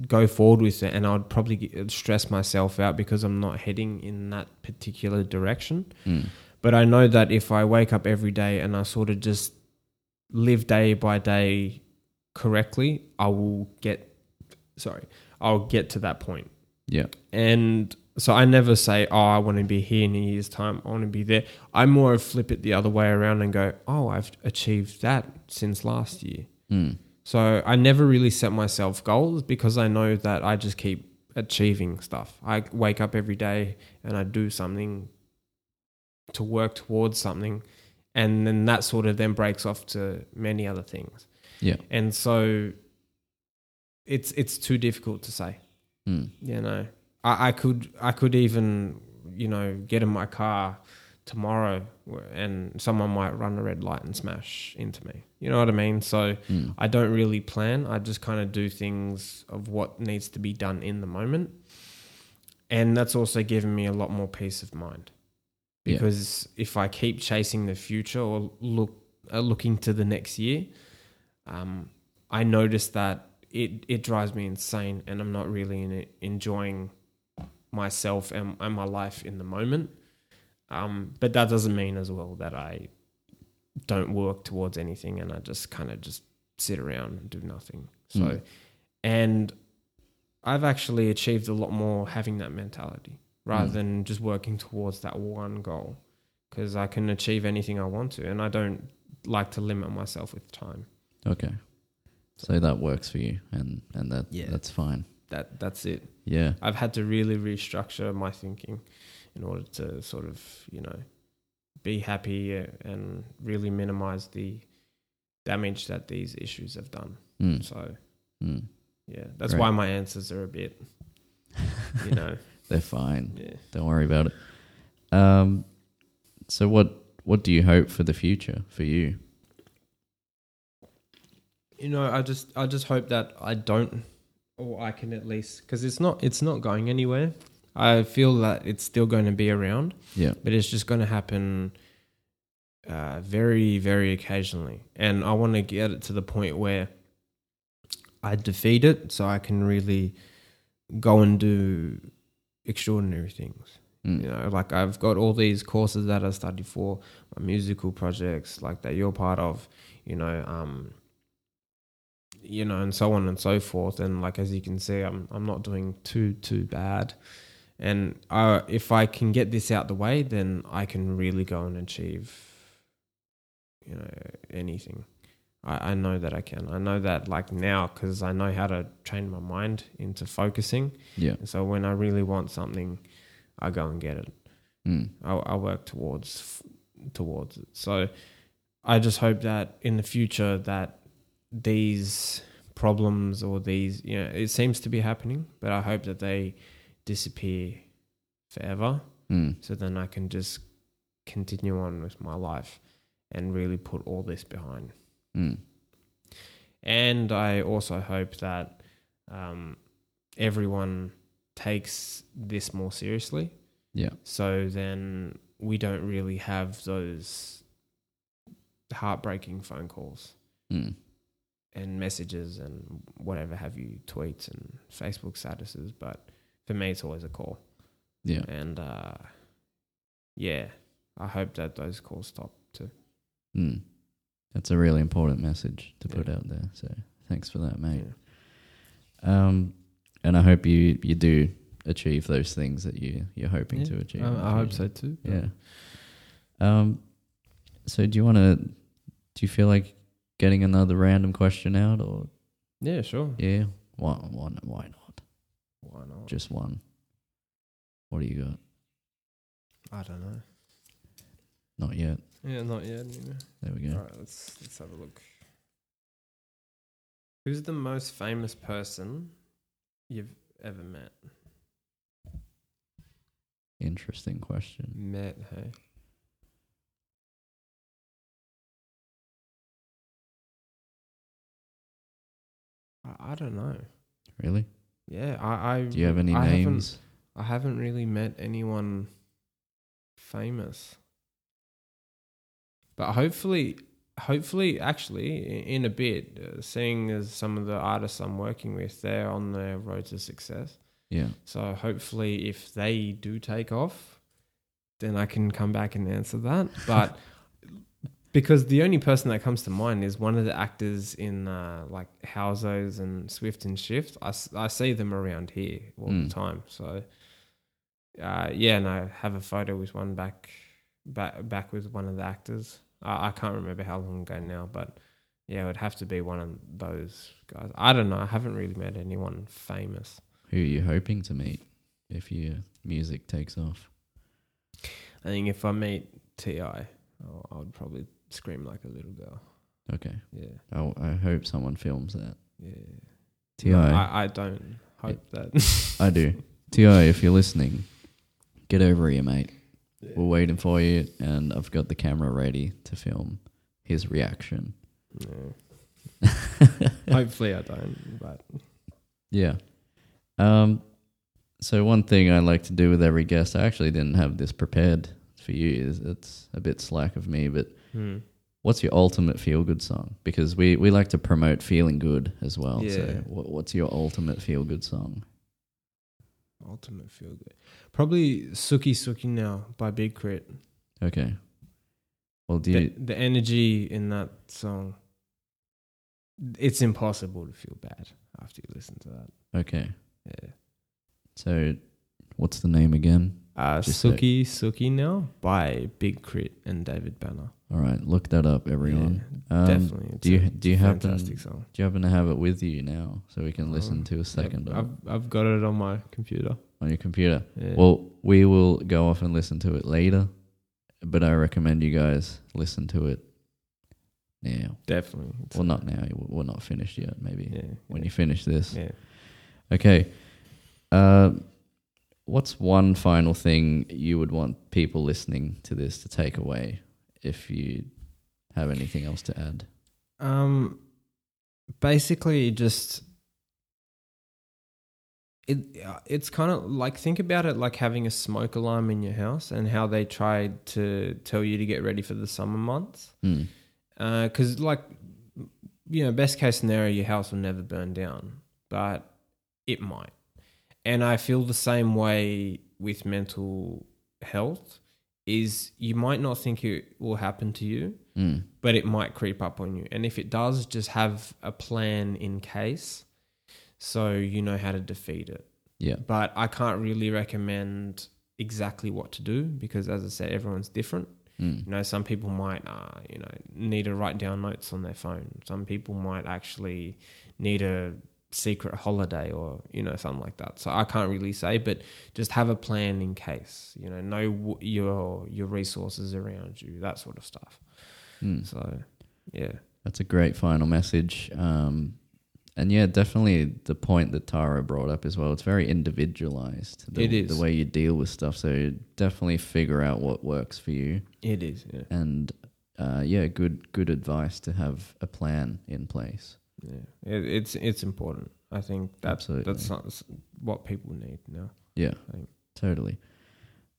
[SPEAKER 2] go forward with it and I'd probably get, stress myself out because I'm not heading in that particular direction.
[SPEAKER 1] mm,
[SPEAKER 2] But I know that if I wake up every day and I sort of just live day by day correctly, I will get sorry, I'll get to that point.
[SPEAKER 1] yeah.
[SPEAKER 2] And so I never say, "Oh, I want to be here in a year's time. I want to be there." I more flip it the other way around and go, "Oh, I've achieved that since last year."
[SPEAKER 1] Mm,
[SPEAKER 2] So I never really set myself goals because I know that I just keep achieving stuff. I wake up every day and I do something to work towards something. And then that sort of then breaks off to many other things.
[SPEAKER 1] Yeah.
[SPEAKER 2] And so it's it's too difficult to say.
[SPEAKER 1] mm,
[SPEAKER 2] You know. I, I could I could even, you know, get in my car tomorrow and someone might run a red light and smash into me. You know what I mean? So
[SPEAKER 1] mm,
[SPEAKER 2] I don't really plan. I just kind of do things of what needs to be done in the moment. And that's also given me a lot more peace of mind.
[SPEAKER 1] Yeah.
[SPEAKER 2] Because if I keep chasing the future or look uh, looking to the next year, um, I notice that it, it drives me insane and I'm not really in it, enjoying myself and, and my life in the moment. Um, but that doesn't mean as well that I don't work towards anything and I just kind of just sit around and do nothing. So,
[SPEAKER 1] Mm.
[SPEAKER 2] and I've actually achieved a lot more having that mentality rather
[SPEAKER 1] Mm.
[SPEAKER 2] than just working towards that one goal because I can achieve anything I want to and I don't like to limit myself with time.
[SPEAKER 1] Okay. So that works for you, and and that
[SPEAKER 2] Yeah.
[SPEAKER 1] that's fine.
[SPEAKER 2] That that's it.
[SPEAKER 1] Yeah.
[SPEAKER 2] I've had to really restructure my thinking in order to sort of, you know, be happy uh, and really minimize the damage that these issues have done.
[SPEAKER 1] Mm.
[SPEAKER 2] So,
[SPEAKER 1] Mm.
[SPEAKER 2] yeah, that's
[SPEAKER 1] Right.
[SPEAKER 2] why my answers are a bit, you know,
[SPEAKER 1] They're fine.
[SPEAKER 2] yeah.
[SPEAKER 1] Don't worry about it. Um, So what what do you hope for the future for you?
[SPEAKER 2] you know i just i just hope that i don't or i can at least because it's not it's not going anywhere i feel that it's still going to be around
[SPEAKER 1] Yeah.
[SPEAKER 2] but it's just going to happen uh, very very occasionally and i want to get it to the point where i defeat it so i can really go and do extraordinary things
[SPEAKER 1] Mm.
[SPEAKER 2] you know like i've got all these courses that i studied for my musical projects like that you're part of you know um you know and so on and so forth and like as you can see i'm i'm not doing too too bad and I, if i can get this out the way then i can really go and achieve you know anything i i know that i can i know that like now cuz i know how to train my mind into focusing
[SPEAKER 1] Yeah.
[SPEAKER 2] so when i really want something i go and get it
[SPEAKER 1] Mm.
[SPEAKER 2] I, I work towards towards it. So I just hope that in the future that these problems or these you know it seems to be happening, but I hope that they disappear forever.
[SPEAKER 1] Mm.
[SPEAKER 2] So then I can just continue on with my life and really put all this behind.
[SPEAKER 1] Mm.
[SPEAKER 2] And I also hope that um, everyone takes this more seriously.
[SPEAKER 1] Yeah.
[SPEAKER 2] So then we don't really have those heartbreaking phone calls
[SPEAKER 1] Mm.
[SPEAKER 2] and messages and whatever have you, tweets and Facebook statuses. But for me, it's always a call.
[SPEAKER 1] Yeah.
[SPEAKER 2] And uh, yeah, I hope that those calls stop too.
[SPEAKER 1] Mm. That's a really important message to
[SPEAKER 2] Yeah.
[SPEAKER 1] put out there. So thanks for that, mate.
[SPEAKER 2] Yeah.
[SPEAKER 1] Um, and I hope you you do achieve those things that you you're hoping
[SPEAKER 2] Yeah,
[SPEAKER 1] to achieve. in the
[SPEAKER 2] I, I hope
[SPEAKER 1] future.
[SPEAKER 2] so too.
[SPEAKER 1] Yeah. Um. So do you want to? Do you feel like getting another random question out, or
[SPEAKER 2] Yeah, sure.
[SPEAKER 1] yeah, why why why not?
[SPEAKER 2] Why not?
[SPEAKER 1] Just one. What do you got?
[SPEAKER 2] I don't know.
[SPEAKER 1] Not yet.
[SPEAKER 2] Yeah, not yet. You know.
[SPEAKER 1] There we go.
[SPEAKER 2] All right, let's let's have a look. Who's the most famous person you've ever met?
[SPEAKER 1] Interesting question.
[SPEAKER 2] Met, hey. I, I don't know.
[SPEAKER 1] Really?
[SPEAKER 2] Yeah, I. I
[SPEAKER 1] Do you have any
[SPEAKER 2] I haven't-
[SPEAKER 1] names?
[SPEAKER 2] I haven't really met anyone famous. But hopefully, hopefully, actually, i- in a bit, uh, seeing as some of the artists I'm working with, they're on their road to success.
[SPEAKER 1] Yeah.
[SPEAKER 2] So hopefully, if they do take off, then I can come back and answer that. But because the only person that comes to mind is one of the actors in uh, like Howzo's and Swift and Shift. I, s- I see them around here all
[SPEAKER 1] Mm.
[SPEAKER 2] the time. So uh, yeah, and I have a photo with one back back back with one of the actors. I, I can't remember how long ago now, but yeah, it would have to be one of those guys. I don't know. I haven't really met anyone famous.
[SPEAKER 1] Who are you hoping to meet if your music takes off?
[SPEAKER 2] I think if I meet Ti, I'll- I would probably scream like a little girl.
[SPEAKER 1] Okay.
[SPEAKER 2] Yeah,
[SPEAKER 1] I, I hope someone films that.
[SPEAKER 2] yeah.
[SPEAKER 1] Ti,
[SPEAKER 2] No, I, I don't hope that.
[SPEAKER 1] I
[SPEAKER 2] *laughs*
[SPEAKER 1] do. Ti, if you're listening, get over here, mate.
[SPEAKER 2] Yeah.
[SPEAKER 1] We're waiting for you, and I've got the camera ready to film his reaction. *laughs*
[SPEAKER 2] No. Hopefully, I don't. But
[SPEAKER 1] Yeah. Um, so one thing I like to do with every guest, I actually didn't have this prepared for you. It's- It's a bit slack of me, but
[SPEAKER 2] hmm.
[SPEAKER 1] what's your ultimate feel good song? Because we, we like to promote feeling good as well. So
[SPEAKER 2] Yeah.
[SPEAKER 1] what, what's your ultimate feel good song?
[SPEAKER 2] ultimate feel good. Probably Suki Suki now by Big Crit.
[SPEAKER 1] Okay. Well, do
[SPEAKER 2] The,
[SPEAKER 1] you,
[SPEAKER 2] the energy in that song. It's impossible to feel bad after you listen to that.
[SPEAKER 1] okay.
[SPEAKER 2] Yeah.
[SPEAKER 1] So what's the name again?
[SPEAKER 2] Uh,
[SPEAKER 1] Just so-
[SPEAKER 2] Suki Suki now by Big Crit and David Banner.
[SPEAKER 1] All right, look that up, everyone.
[SPEAKER 2] Yeah,
[SPEAKER 1] Um,
[SPEAKER 2] definitely. It's
[SPEAKER 1] do you-
[SPEAKER 2] a-
[SPEAKER 1] do you
[SPEAKER 2] it's a
[SPEAKER 1] happen-
[SPEAKER 2] fantastic song?
[SPEAKER 1] Do you happen to have it with you now so we can listen
[SPEAKER 2] Um,
[SPEAKER 1] to a
[SPEAKER 2] Yep,
[SPEAKER 1] second of it
[SPEAKER 2] I've I've got it on my computer.
[SPEAKER 1] on your computer?
[SPEAKER 2] Yeah.
[SPEAKER 1] Well, we will go off and listen to it later, but I recommend you guys listen to it now.
[SPEAKER 2] definitely. It's-
[SPEAKER 1] Well, not now. We're not finished yet. Maybe
[SPEAKER 2] Yeah.
[SPEAKER 1] when you finish this.
[SPEAKER 2] yeah.
[SPEAKER 1] Okay. Uh, What's one final thing you would want people listening to this to take away if you have anything else to add?
[SPEAKER 2] Um, basically, just it. uh, It's kind of like think about it like having a smoke alarm in your house and how they tried to tell you to get ready for the summer months.
[SPEAKER 1] Hmm.
[SPEAKER 2] Because Uh, like you know, best case scenario, your house will never burn down, but it might. And I feel the same way with mental health. Is you might not think it will happen to you,
[SPEAKER 1] Hmm.
[SPEAKER 2] but it might creep up on you. And if it does, just have a plan in case so you know how to defeat it.
[SPEAKER 1] Yeah.
[SPEAKER 2] But I can't really recommend exactly what to do because, as I said, everyone's different.
[SPEAKER 1] Hmm.
[SPEAKER 2] You know, some people might, uh, you know, need to write down notes on their phone. Some people might actually need a secret holiday or, you know, something like that. So I can't really say, but just have a plan in case, you know, know wh- your, your resources around you, that sort of stuff.
[SPEAKER 1] Hmm.
[SPEAKER 2] So, yeah.
[SPEAKER 1] That's a great final message. Um, and yeah, definitely the point that Tara brought up as well. It's very individualized. The,
[SPEAKER 2] It is.
[SPEAKER 1] the way you deal with stuff. So definitely figure out what works for you.
[SPEAKER 2] It is, yeah.
[SPEAKER 1] And uh, yeah, good good advice to have a plan in place.
[SPEAKER 2] yeah. It, it's it's important. I think that's
[SPEAKER 1] Absolutely.
[SPEAKER 2] that's not- that's what people need now.
[SPEAKER 1] Yeah,
[SPEAKER 2] Thank-
[SPEAKER 1] totally.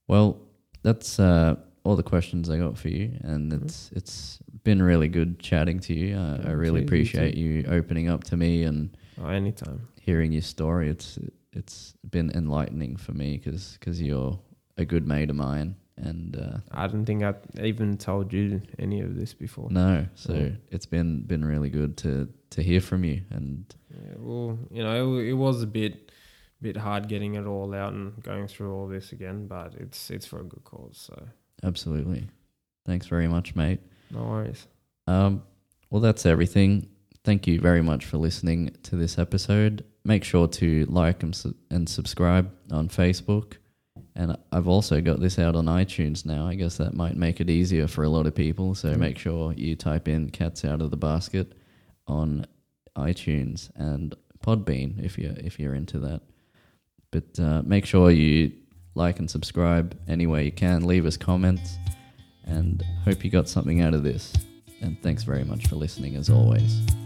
[SPEAKER 1] Well, that's uh, all the questions I got for you, and
[SPEAKER 2] Mm-hmm.
[SPEAKER 1] it's it's been really good chatting to you. Uh, I
[SPEAKER 2] Thank you,
[SPEAKER 1] really
[SPEAKER 2] you
[SPEAKER 1] appreciate you opening up to me and
[SPEAKER 2] Oh, anytime.
[SPEAKER 1] hearing your story. It's it's been enlightening for me because you're a good mate of mine, and uh,
[SPEAKER 2] I didn't think I even told you any of this before.
[SPEAKER 1] no, so
[SPEAKER 2] Cool.
[SPEAKER 1] it's been been really good to to hear from you, and
[SPEAKER 2] Yeah, well, you know, it, it was a bit bit hard getting it all out and going through all this again, but it's it's for a good cause. So
[SPEAKER 1] absolutely, thanks very much, mate.
[SPEAKER 2] no worries.
[SPEAKER 1] Um, well, that's everything. Thank you very much for listening to this episode. Make sure to like and, su- and subscribe on Facebook. And I've also got this out on iTunes now. I guess that might make it easier for a lot of people. So
[SPEAKER 2] Mm.
[SPEAKER 1] make sure you type in Cats Out of the Basket on iTunes and Podbean if you're, if you're into that. But uh, make sure you like and subscribe anywhere you can. Leave us comments. And hope you got something out of this. And thanks very much for listening as always.